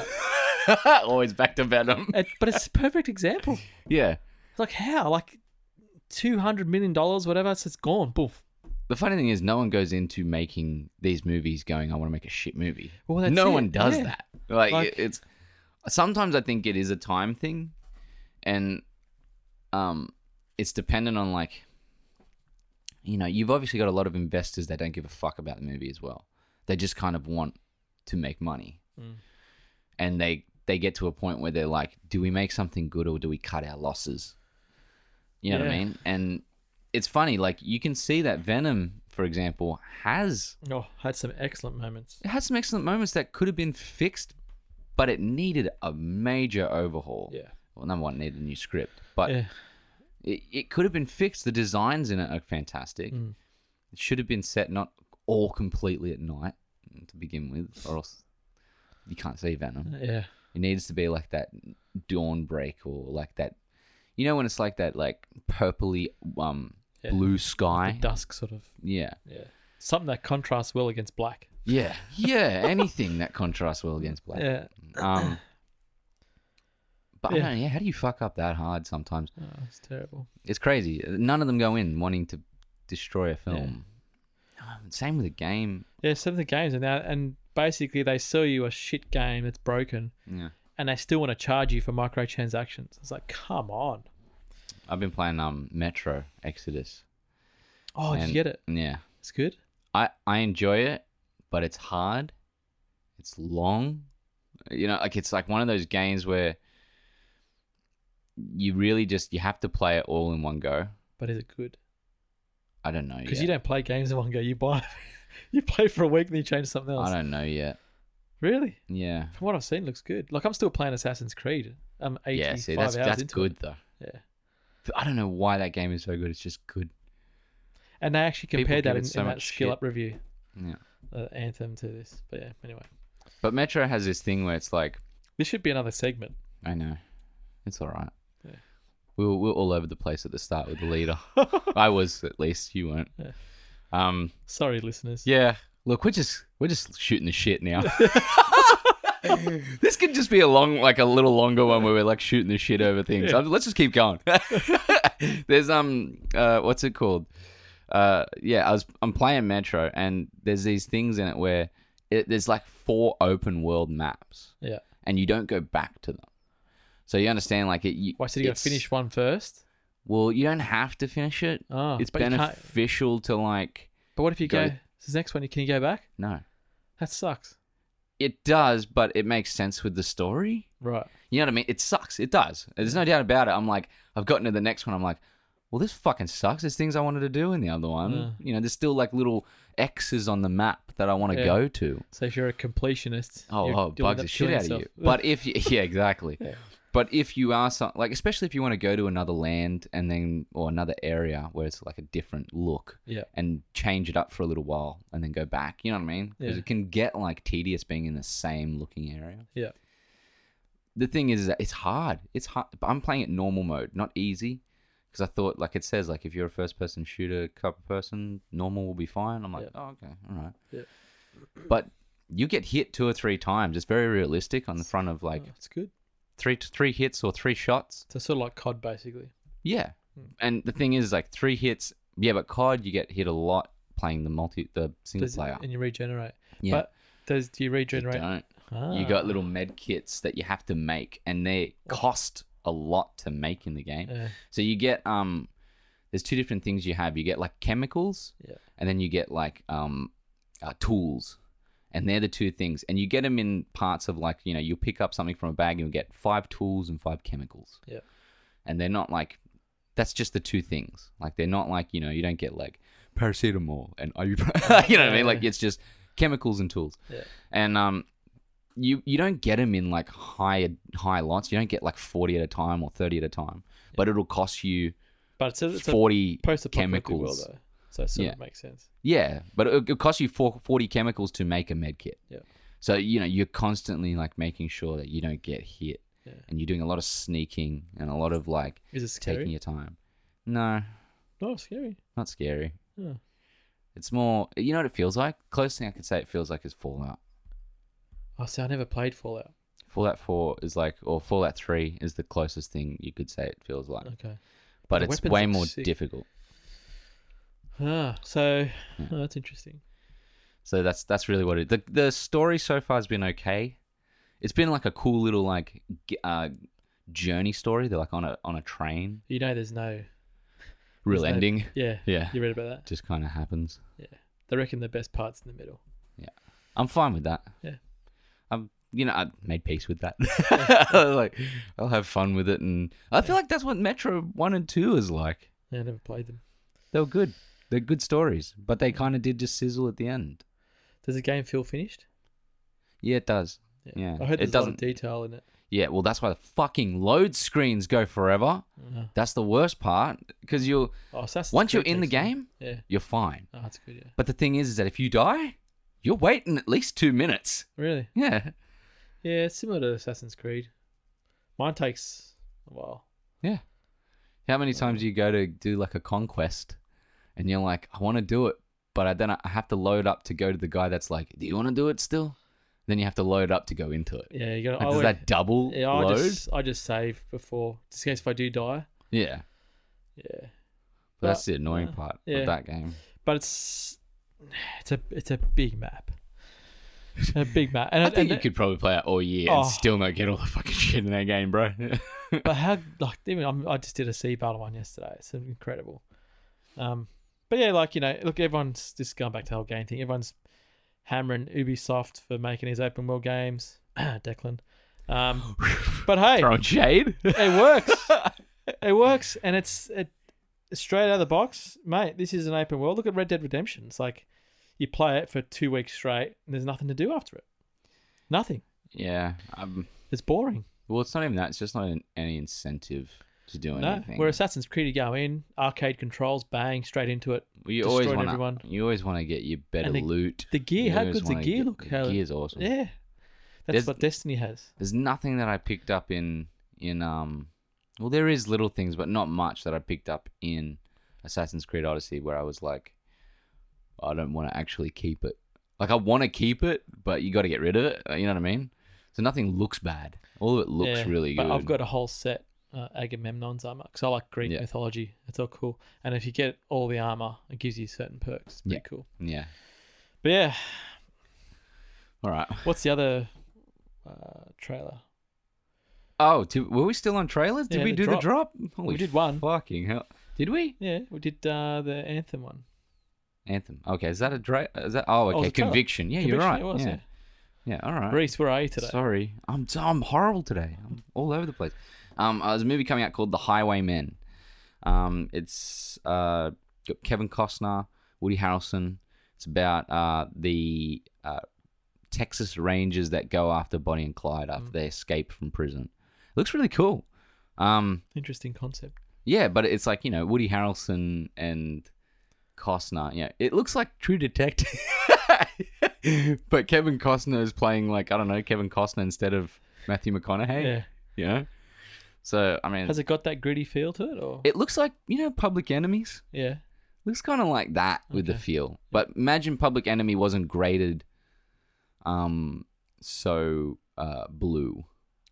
Speaker 2: out?
Speaker 1: Always back to Venom.
Speaker 2: It, but it's a perfect example.
Speaker 1: Yeah.
Speaker 2: It's like how like two hundred million dollars, whatever. So it's gone. Boof.
Speaker 1: The funny thing is, no one goes into making these movies going, "I want to make a shit movie."
Speaker 2: Well, that's
Speaker 1: no
Speaker 2: it,
Speaker 1: one does
Speaker 2: yeah.
Speaker 1: that. Like,
Speaker 2: Like-
Speaker 1: it- it's sometimes I think it is a time thing, and um, it's dependent on like, you know, you've obviously got a lot of investors that don't give a fuck about the movie as well. They just kind of want to make money,
Speaker 2: Mm.
Speaker 1: and they they get to a point where they're like, "Do we make something good or do we cut our losses?" You know what I
Speaker 2: Yeah.
Speaker 1: mean? And it's funny, like you can see that Venom, for example, has
Speaker 2: Oh, had some excellent moments.
Speaker 1: it had some excellent moments that could have been fixed but it needed a major overhaul.
Speaker 2: Yeah.
Speaker 1: Well, number one, it needed a new script, but
Speaker 2: Yeah.
Speaker 1: it, it could have been fixed. The designs in it are fantastic.
Speaker 2: Mm.
Speaker 1: It should have been set not all completely at night to begin with, or else you can't see Venom.
Speaker 2: Yeah.
Speaker 1: It needs to be like that dawn break or like that, you know, when it's like that like purpley um
Speaker 2: Yeah.
Speaker 1: blue
Speaker 2: The
Speaker 1: sky.
Speaker 2: dusk sort of.
Speaker 1: yeah.
Speaker 2: Yeah. Something that contrasts well against black.
Speaker 1: Yeah, yeah, anything that contrasts well against black.
Speaker 2: Yeah.
Speaker 1: Um, but
Speaker 2: Yeah.
Speaker 1: I don't, yeah, how do you fuck up that hard? Sometimes
Speaker 2: Oh, it's terrible.
Speaker 1: it's crazy. None of them go in wanting to destroy a film. Um, Same with a game.
Speaker 2: Yeah, some of the games and that, and basically they sell you a shit game that's broken,
Speaker 1: Yeah,
Speaker 2: and they still want to charge you for microtransactions. It's like, come on.
Speaker 1: I've been playing um Metro Exodus.
Speaker 2: Oh, did
Speaker 1: and-
Speaker 2: you get it?
Speaker 1: Yeah,
Speaker 2: It's good.
Speaker 1: I I enjoy it, but it's hard. It's long. You know, like it's like one of those games where you really just you have to play it all in one go.
Speaker 2: But is it good?
Speaker 1: I don't know.
Speaker 2: Because
Speaker 1: yet.
Speaker 2: you don't play games in one go. You buy, you play for a week, and then you change to something else.
Speaker 1: I don't know yet.
Speaker 2: Really?
Speaker 1: Yeah.
Speaker 2: From what I've seen, it looks good. Like I'm still playing Assassin's Creed. I'm 85
Speaker 1: Yeah, see, that's
Speaker 2: hours
Speaker 1: that's
Speaker 2: into
Speaker 1: good
Speaker 2: it.
Speaker 1: though.
Speaker 2: Yeah.
Speaker 1: But I don't know why that game is so good. It's just good.
Speaker 2: And they actually
Speaker 1: People
Speaker 2: compared
Speaker 1: give
Speaker 2: that
Speaker 1: it
Speaker 2: in,
Speaker 1: so
Speaker 2: in that
Speaker 1: much
Speaker 2: skill
Speaker 1: shit.
Speaker 2: up review,
Speaker 1: Yeah.
Speaker 2: uh, Anthem to this. But yeah, anyway,
Speaker 1: But Metro has this thing where it's like,
Speaker 2: this should be another segment.
Speaker 1: I know, it's all right.
Speaker 2: Yeah.
Speaker 1: We were, we were all over the place at the start with the leader. I was at least. You weren't.
Speaker 2: Yeah.
Speaker 1: Um.
Speaker 2: Sorry, listeners.
Speaker 1: Yeah. Look, we're just we're just shooting the shit now. this could just be a long, like a little longer one where we're like shooting the shit over things.
Speaker 2: Yeah.
Speaker 1: Um, Let's just keep going. there's um, uh, what's it called? Uh, yeah, I was I'm playing Metro, and there's these things in it where it, there's like four open world maps,
Speaker 2: Yeah.
Speaker 1: and you don't go back to them. So you understand, like it. You,
Speaker 2: Why should you go
Speaker 1: it's-
Speaker 2: finish one first?
Speaker 1: Well, you don't have to finish it.
Speaker 2: Oh,
Speaker 1: it's
Speaker 2: but you can't-
Speaker 1: beneficial to like
Speaker 2: But what if you
Speaker 1: go-
Speaker 2: go? This is the next one. Can you go back?
Speaker 1: no.
Speaker 2: That sucks.
Speaker 1: It does, but it makes sense with the story.
Speaker 2: Right.
Speaker 1: You know what I mean? It sucks. It does. There's no doubt about it. I'm like, I've gotten to the next one. I'm like, well, this fucking sucks. There's things I wanted to do in the other one.
Speaker 2: Yeah.
Speaker 1: You know, there's still like little X's on the map that I want to
Speaker 2: Yeah.
Speaker 1: go to.
Speaker 2: So if you're a completionist,
Speaker 1: Oh,
Speaker 2: you're
Speaker 1: oh
Speaker 2: doing
Speaker 1: bugs
Speaker 2: that-
Speaker 1: the shit
Speaker 2: doing
Speaker 1: out of
Speaker 2: yourself.
Speaker 1: you. But if you, yeah, exactly.
Speaker 2: Yeah.
Speaker 1: But if you are some, like, especially if you want to go to another land and then, or another area where it's like a different look
Speaker 2: yeah,
Speaker 1: and change it up for a little while and then go back. You know what I mean? Because
Speaker 2: Yeah.
Speaker 1: it can get like tedious being in the same looking area.
Speaker 2: yeah,
Speaker 1: the thing is that it's hard. It's hard. But I'm playing it normal mode, not easy, because I thought like it says like if you're a first person shooter type of person, normal will be fine. I'm like,
Speaker 2: Yeah.
Speaker 1: oh okay, all right.
Speaker 2: Yeah.
Speaker 1: But you get hit two or three times. It's very realistic on the front of like
Speaker 2: Oh, it's good.
Speaker 1: three three hits or three shots.
Speaker 2: So sort of like COD, basically.
Speaker 1: Yeah.
Speaker 2: Hmm.
Speaker 1: And the thing is like three hits. Yeah, but COD you get hit a lot playing the multi the single
Speaker 2: Does-
Speaker 1: player.
Speaker 2: and you regenerate.
Speaker 1: Yeah.
Speaker 2: But does do you
Speaker 1: You
Speaker 2: regenerate?
Speaker 1: don't.
Speaker 2: Ah. Oh.
Speaker 1: You got little med kits that you have to make, and they cost a lot to make in the game.
Speaker 2: Yeah.
Speaker 1: So you get um, there's two different things you have. You get like chemicals,
Speaker 2: Yeah.
Speaker 1: and then you get like um, uh, tools, and they're the two things. And you get them in parts of like you know you'll pick up something from a bag and you'll get five tools and five chemicals.
Speaker 2: Yeah.
Speaker 1: And they're not like, that's just the two things. Like they're not like you know you don't get like paracetamol and are you you know what I mean? Like it's just chemicals and tools.
Speaker 2: Yeah.
Speaker 1: And um, you you don't get them in like high high lots. You don't get like forty at a time or thirty at a time. But it'll cost you
Speaker 2: But it's a, it's a
Speaker 1: forty
Speaker 2: post-apocalyptic world,
Speaker 1: chemicals.
Speaker 2: though. So it sort
Speaker 1: Yeah.
Speaker 2: of makes sense.
Speaker 1: Yeah, but it'll, it'll cost you four- forty chemicals to make a med kit.
Speaker 2: Yeah.
Speaker 1: So you know you're constantly like making sure that you don't get hit,
Speaker 2: Yeah.
Speaker 1: and you're doing a lot of sneaking and a lot of like
Speaker 2: Is it
Speaker 1: taking
Speaker 2: scary?
Speaker 1: your time. No,
Speaker 2: No, it's scary.
Speaker 1: not scary.
Speaker 2: Yeah.
Speaker 1: It's more, you know what it feels like? Closest thing I could say it feels like is Fallout.
Speaker 2: Oh, see, I never played Fallout.
Speaker 1: Fallout 4 is like, or Fallout 3 is the closest thing you could say it feels like.
Speaker 2: Okay.
Speaker 1: But
Speaker 2: The
Speaker 1: it's
Speaker 2: weapons
Speaker 1: way
Speaker 2: look
Speaker 1: more
Speaker 2: sick.
Speaker 1: difficult.
Speaker 2: Ah, so oh, that's interesting.
Speaker 1: So that's that's really what it. The the story so far has been okay. It's been like a cool little like g- uh, journey story. They're like on a on a train,
Speaker 2: You know, there's no.
Speaker 1: real
Speaker 2: there's no-
Speaker 1: ending.
Speaker 2: yeah.
Speaker 1: Yeah,
Speaker 2: You read about that?
Speaker 1: just kind of happens.
Speaker 2: They reckon the best part's in the middle.
Speaker 1: I'm fine with that.
Speaker 2: Yeah.
Speaker 1: I'm you know I made peace with that. like I'll have fun with it, and I feel like that's what Metro One and Two is like.
Speaker 2: Yeah, I never played them.
Speaker 1: They were good. They're good stories, but they kind of did just sizzle at the end.
Speaker 2: Does the game feel finished?
Speaker 1: Yeah, it does. Yeah.
Speaker 2: I heard
Speaker 1: it
Speaker 2: there's a lot
Speaker 1: doesn't.
Speaker 2: of detail in it.
Speaker 1: Yeah, well, that's why the fucking load screens go forever.
Speaker 2: Yeah.
Speaker 1: That's the worst part because you're
Speaker 2: Ah. Oh, Assassin's
Speaker 1: once you're
Speaker 2: Creed
Speaker 1: in the
Speaker 2: takes me-
Speaker 1: game,
Speaker 2: Yeah.
Speaker 1: you're fine.
Speaker 2: Oh, that's good. Yeah.
Speaker 1: But the thing is, is that if you die, you're waiting at least two minutes.
Speaker 2: Really?
Speaker 1: Yeah,
Speaker 2: Yeah, it's similar to Assassin's Creed. Mine takes a while.
Speaker 1: yeah. How many times do you go to do like a conquest, and you're like, I want to do it, but I, then I have to load up to go to the guy that's like, Do you want to do it still? Then you have to load up to go into it.
Speaker 2: Yeah, you got.
Speaker 1: Like, does that double
Speaker 2: Yeah, I
Speaker 1: load?
Speaker 2: just I just save before, just in case if I do die.
Speaker 1: Yeah,
Speaker 2: Yeah,
Speaker 1: but that's the annoying
Speaker 2: uh,
Speaker 1: part
Speaker 2: yeah.
Speaker 1: of that game.
Speaker 2: but it's it's a it's a big map, a big map. And
Speaker 1: I
Speaker 2: it-
Speaker 1: think
Speaker 2: and
Speaker 1: you
Speaker 2: it-
Speaker 1: could probably play it all year
Speaker 2: Oh.
Speaker 1: and still not get all the fucking shit in that game, bro.
Speaker 2: But how like even I'm, I just did a sea battle one yesterday. It's incredible. Um, but yeah, like you know, look, everyone's just going back to the whole game thing. Everyone's hammering Ubisoft for making these open world games. Declan. Um, but hey,
Speaker 1: Throwing shade.
Speaker 2: it works. it works, and it's it it's straight out of the box, mate. This is an open world. Look at Red Dead Redemption. It's like you play it for two weeks straight, and there's nothing to do after it. Nothing.
Speaker 1: yeah. Um,
Speaker 2: It's boring.
Speaker 1: well, it's not even that. It's just not an, any incentive to do
Speaker 2: No,
Speaker 1: anything.
Speaker 2: where Assassin's Creed, you go in, arcade controls, bang, straight into it.
Speaker 1: you always
Speaker 2: destroyed
Speaker 1: want
Speaker 2: everyone.
Speaker 1: to. You always want to get your better
Speaker 2: And the-
Speaker 1: loot.
Speaker 2: The gear,
Speaker 1: You
Speaker 2: how
Speaker 1: always
Speaker 2: good's the
Speaker 1: wanna
Speaker 2: gear?
Speaker 1: get-
Speaker 2: Look how
Speaker 1: gear's awesome.
Speaker 2: yeah, that's
Speaker 1: There's-
Speaker 2: what Destiny has.
Speaker 1: There's nothing that I picked up in in um. Well, there is little things, but not much that I picked up in Assassin's Creed Odyssey, where I was like, I don't want to actually keep it. Like I want to keep it, but you got to get rid of it. You know what I mean? So nothing looks bad. All of it looks
Speaker 2: Yeah,
Speaker 1: really good.
Speaker 2: But I've got a whole set uh, Agamemnon's armor because I like Greek
Speaker 1: Yeah.
Speaker 2: mythology. It's all cool. And if you get all the armor, it gives you certain perks. It's pretty
Speaker 1: Yeah.
Speaker 2: cool.
Speaker 1: yeah.
Speaker 2: But yeah,
Speaker 1: All right.
Speaker 2: What's the other uh, trailer?
Speaker 1: Oh, did, were we still on trailers? Did
Speaker 2: Yeah,
Speaker 1: we
Speaker 2: the
Speaker 1: do the
Speaker 2: drop.
Speaker 1: drop? Holy
Speaker 2: we did one.
Speaker 1: Fucking hell! Did we?
Speaker 2: Yeah, we did uh, the Anthem one.
Speaker 1: Anthem. Okay, is that a dra- is that? Oh,
Speaker 2: it was
Speaker 1: okay.
Speaker 2: a trailer.
Speaker 1: Conviction. Yeah,
Speaker 2: Conviction
Speaker 1: you're right.
Speaker 2: It was,
Speaker 1: yeah.
Speaker 2: yeah.
Speaker 1: yeah. All right.
Speaker 2: Reese, where are you today?
Speaker 1: Sorry, I'm I'm horrible today. I'm all over the place. Um, uh, there's a movie coming out called The Highwaymen. Um, it's uh got Kevin Costner, Woody Harrelson. It's about uh the uh, Texas Rangers that go after Bonnie and Clyde after
Speaker 2: Mm.
Speaker 1: they escape from prison. looks really cool. Um,
Speaker 2: Interesting concept.
Speaker 1: yeah, but it's like you know Woody Harrelson and Costner. You know, it looks like True Detective, but Kevin Costner is playing like I don't know Kevin Costner instead of Matthew McConaughey.
Speaker 2: Yeah.
Speaker 1: You know, so I mean,
Speaker 2: Has it got that gritty feel to it, or
Speaker 1: it looks like you know Public Enemies.
Speaker 2: yeah?
Speaker 1: Looks kind of like that with the
Speaker 2: Okay.
Speaker 1: feel. But imagine Public Enemy wasn't graded, um, so uh, blue.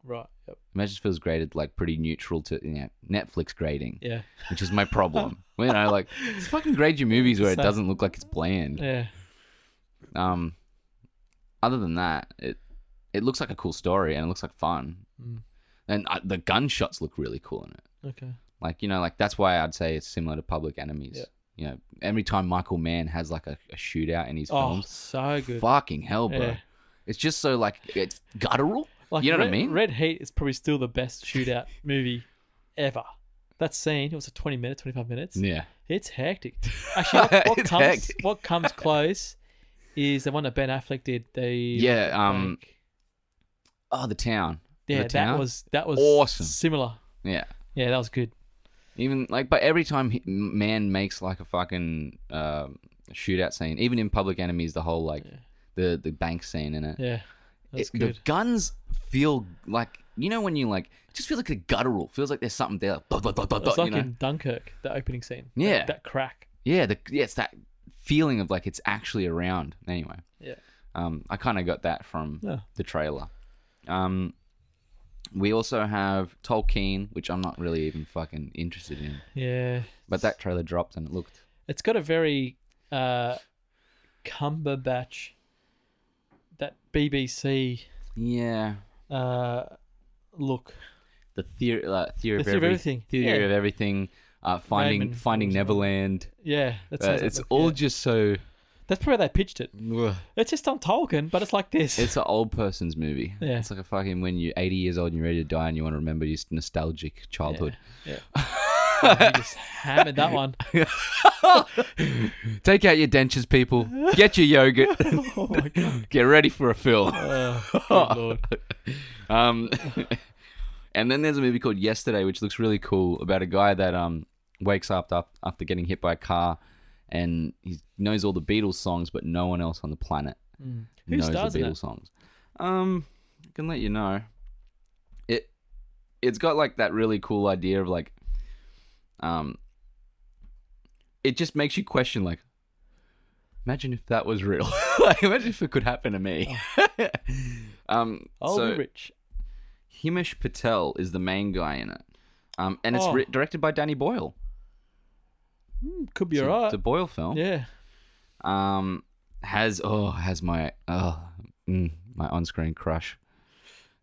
Speaker 2: Right. Yep.
Speaker 1: Imagine if it was graded like pretty neutral to you know, Netflix grading
Speaker 2: Yeah.
Speaker 1: which is my problem. you know, like just fucking grade your movies where it
Speaker 2: So-
Speaker 1: doesn't look like it's bland.
Speaker 2: Yeah.
Speaker 1: Um, other than that, it it looks like a cool story and it looks like fun,
Speaker 2: Mm.
Speaker 1: and uh, the gunshots look really cool in it.
Speaker 2: Okay.
Speaker 1: Like you know, like that's why I'd say it's similar to Public Enemies.
Speaker 2: Yeah.
Speaker 1: You know, every time Michael Mann has like a, a shootout in his
Speaker 2: Oh,
Speaker 1: films,
Speaker 2: so good.
Speaker 1: fucking hell, bro.
Speaker 2: Yeah.
Speaker 1: It's just so like it's guttural.
Speaker 2: Like,
Speaker 1: you know what I
Speaker 2: Red-
Speaker 1: mean?
Speaker 2: Red Heat is probably still the best shootout movie ever. That scene, it was a 20 minute, 25 minutes.
Speaker 1: Yeah.
Speaker 2: It's hectic. Actually, what, what
Speaker 1: It's
Speaker 2: comes
Speaker 1: hectic.
Speaker 2: what comes close is the one that Ben Affleck did. The
Speaker 1: Yeah, um,
Speaker 2: like-
Speaker 1: Oh, the town.
Speaker 2: yeah,
Speaker 1: the
Speaker 2: that
Speaker 1: town?
Speaker 2: was that was
Speaker 1: Awesome.
Speaker 2: Similar.
Speaker 1: Yeah.
Speaker 2: Yeah, that was good.
Speaker 1: Even like, but every time he, man makes like a fucking um shootout scene, even in Public Enemies, the whole like the the bank scene in it,
Speaker 2: Yeah, that's
Speaker 1: it-
Speaker 2: good.
Speaker 1: the guns feel like you know when you like it just feels like a guttural, feels like there's something there, like, blah, blah, blah, blah,
Speaker 2: It's
Speaker 1: blah,
Speaker 2: like
Speaker 1: you know?
Speaker 2: in Dunkirk, the opening scene. that-
Speaker 1: Yeah.
Speaker 2: that, crack.
Speaker 1: yeah, the yeah, it's that feeling of like it's actually around. Anyway,
Speaker 2: Yeah.
Speaker 1: um, I kind of got that from
Speaker 2: Yeah.
Speaker 1: the trailer. Um, we also have Tolkien, which I'm not really even fucking interested in,
Speaker 2: Yeah,
Speaker 1: but that trailer dropped and it looked
Speaker 2: it's got a very uh, Cumberbatch, that BBC
Speaker 1: yeah.
Speaker 2: uh, look.
Speaker 1: the theory, uh, theory,
Speaker 2: The
Speaker 1: of,
Speaker 2: theory of
Speaker 1: every-
Speaker 2: everything,
Speaker 1: theory
Speaker 2: yeah.
Speaker 1: of everything, uh, finding
Speaker 2: Raymond
Speaker 1: finding
Speaker 2: was-
Speaker 1: Neverland.
Speaker 2: Yeah, that's
Speaker 1: Uh, it's all just so.
Speaker 2: That's probably how they pitched it.
Speaker 1: Ugh.
Speaker 2: It's just on Tolkien, but it's like this.
Speaker 1: It's an old person's movie.
Speaker 2: Yeah.
Speaker 1: It's like a fucking when you're 80 years old and you're ready to die and you want to remember your nostalgic childhood.
Speaker 2: Yeah. he just hammered that one.
Speaker 1: Take out your dentures, people. Get your yogurt.
Speaker 2: Oh my god.
Speaker 1: Get ready for a film.
Speaker 2: Oh, good lord.
Speaker 1: Um, and then there's a movie called Yesterday, which looks really cool about a guy that um wakes up up- after getting hit by a car, and he knows all the Beatles songs, but no one else on the planet
Speaker 2: Mm. Who
Speaker 1: knows
Speaker 2: stars
Speaker 1: the
Speaker 2: in
Speaker 1: Beatles songs. Um, I can let you know. It it's got like that really cool idea of like, um, it just makes you question like. Imagine if that was real. like, imagine if it could happen to me. um,
Speaker 2: I'll
Speaker 1: so,
Speaker 2: be rich.
Speaker 1: Himish Patel is the main guy in it, um, and it's
Speaker 2: Oh.
Speaker 1: writ directed by Danny Boyle.
Speaker 2: Mm, Could be
Speaker 1: It's a-
Speaker 2: alright.
Speaker 1: It's a Boyle film.
Speaker 2: Yeah.
Speaker 1: Um, has oh has my oh mm, my on screen crush,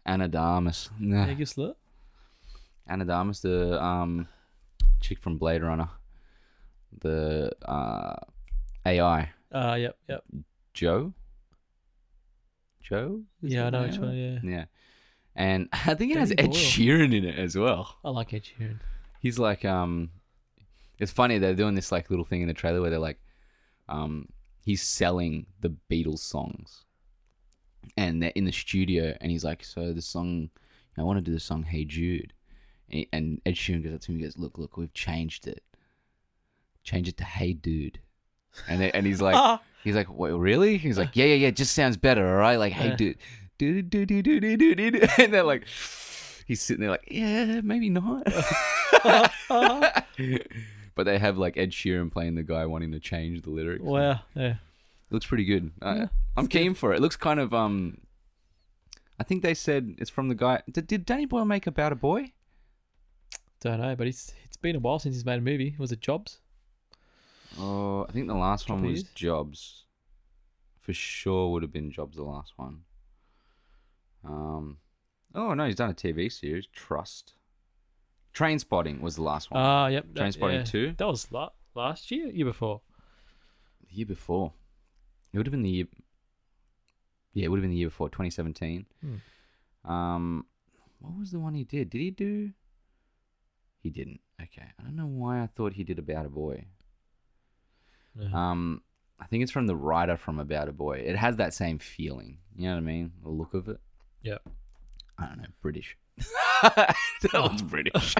Speaker 1: Anna Darmus. Nah.
Speaker 2: Vegas look.
Speaker 1: Anna Darmus, the um chick from Blade Runner, the uh AI
Speaker 2: Uh, yep, yep.
Speaker 1: Joe. Joe. Is
Speaker 2: yeah, I
Speaker 1: that
Speaker 2: know
Speaker 1: her
Speaker 2: which
Speaker 1: name?
Speaker 2: one. Yeah,
Speaker 1: Yeah, and I think it has
Speaker 2: Danny
Speaker 1: Ed
Speaker 2: Boyle.
Speaker 1: Sheeran in it as well.
Speaker 2: I like Ed Sheeran.
Speaker 1: he's like um it's funny they're doing this like little thing in the trailer where they're like um he's selling the beatles songs and they're in the studio and he's like so the song i want to do the song hey jude and and ed sheeran goes up to him and goes look look we've changed it change it to hey dude and, they, and he's like
Speaker 2: Ah,
Speaker 1: He's like, wait, really? He's like, yeah, yeah, yeah. It just sounds better, all right? Like, hey,
Speaker 2: Yeah.
Speaker 1: dude, do do do do do do do, do, and they're like, he's sitting there like, yeah, maybe not.
Speaker 2: ah.
Speaker 1: but they have like Ed Sheeran playing the guy wanting to change the lyrics.
Speaker 2: wow. Yeah.
Speaker 1: looks pretty good. I-
Speaker 2: Yeah,
Speaker 1: I'm keen for it. It looks kind of um. I think they said it's from the guy. Did, did Danny Boyle make About a Boy?
Speaker 2: Don't know, but it's it's been a while since he's made a movie. Was it Jobs?
Speaker 1: Oh, I think the last one
Speaker 2: Couple
Speaker 1: was
Speaker 2: years.
Speaker 1: Jobs. For sure, would have been Jobs the last one. Um, oh no, he's done a TV series, Trust. Train Spotting was the last one.
Speaker 2: Ah, yep. that-
Speaker 1: Trainspotting
Speaker 2: yeah.
Speaker 1: 2?
Speaker 2: That was la- last year, year before.
Speaker 1: the year before. It would have been the year. Yeah, it would have been the year before, 2017. Um, what was the one he did? Did he do? He didn't. Okay, I don't know why I thought he did About a Boy.
Speaker 2: Yeah.
Speaker 1: Um, I think it's from the writer from About a Boy. It has that same feeling. You know what I mean? The look of it.
Speaker 2: Yep.
Speaker 1: I don't know. British. that was British.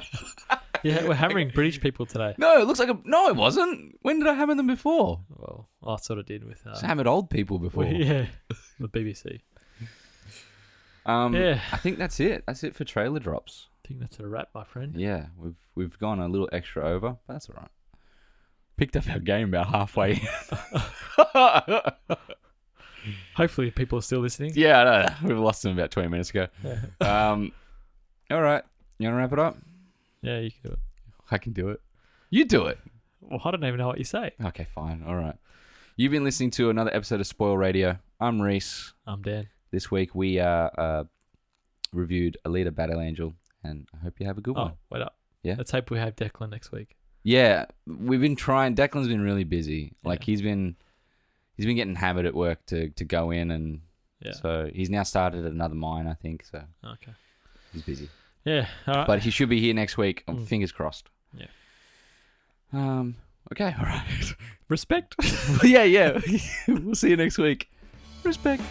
Speaker 2: Yeah, we're hammering British people today.
Speaker 1: No, it looks like a. No, it wasn't. When did I hammer them before?
Speaker 2: Well, I sort of did with uh,
Speaker 1: I hammered old people before.
Speaker 2: well, yeah, the BBC.
Speaker 1: Um,
Speaker 2: Yeah.
Speaker 1: I think that's it. That's it for trailer drops.
Speaker 2: I think that's a wrap, my friend.
Speaker 1: Yeah, we've we've gone a little extra over, but that's all right. Picked up our game about halfway.
Speaker 2: Hopefully, people are still listening.
Speaker 1: yeah, I know. We've lost them about twenty minutes ago.
Speaker 2: Yeah,
Speaker 1: Um, all right, you want to wrap it up?
Speaker 2: yeah you can do it.
Speaker 1: I can do it. You do it.
Speaker 2: Well, I don't even know what you say.
Speaker 1: Okay, fine. All right. You've been listening to another episode of Spoil Radio. I'm Reese.
Speaker 2: I'm Dan.
Speaker 1: This week we uh, uh, reviewed Alita Battle Angel, and I hope you have a good one.
Speaker 2: Oh, wait up.
Speaker 1: Yeah.
Speaker 2: Let's hope we have Declan next week.
Speaker 1: Yeah, we've been trying. Declan's been really busy. Like
Speaker 2: Yeah.
Speaker 1: he's been, he's been getting hammered at work to to go in, and
Speaker 2: Yeah.
Speaker 1: so he's now started another mine, I think. So
Speaker 2: Okay.
Speaker 1: he's busy,
Speaker 2: Yeah. All right.
Speaker 1: but he should be here next week. um,
Speaker 2: Mm.
Speaker 1: Fingers crossed.
Speaker 2: Yeah.
Speaker 1: Um. Okay. All right.
Speaker 2: Respect.
Speaker 1: yeah. Yeah. we'll see you next week. Respect.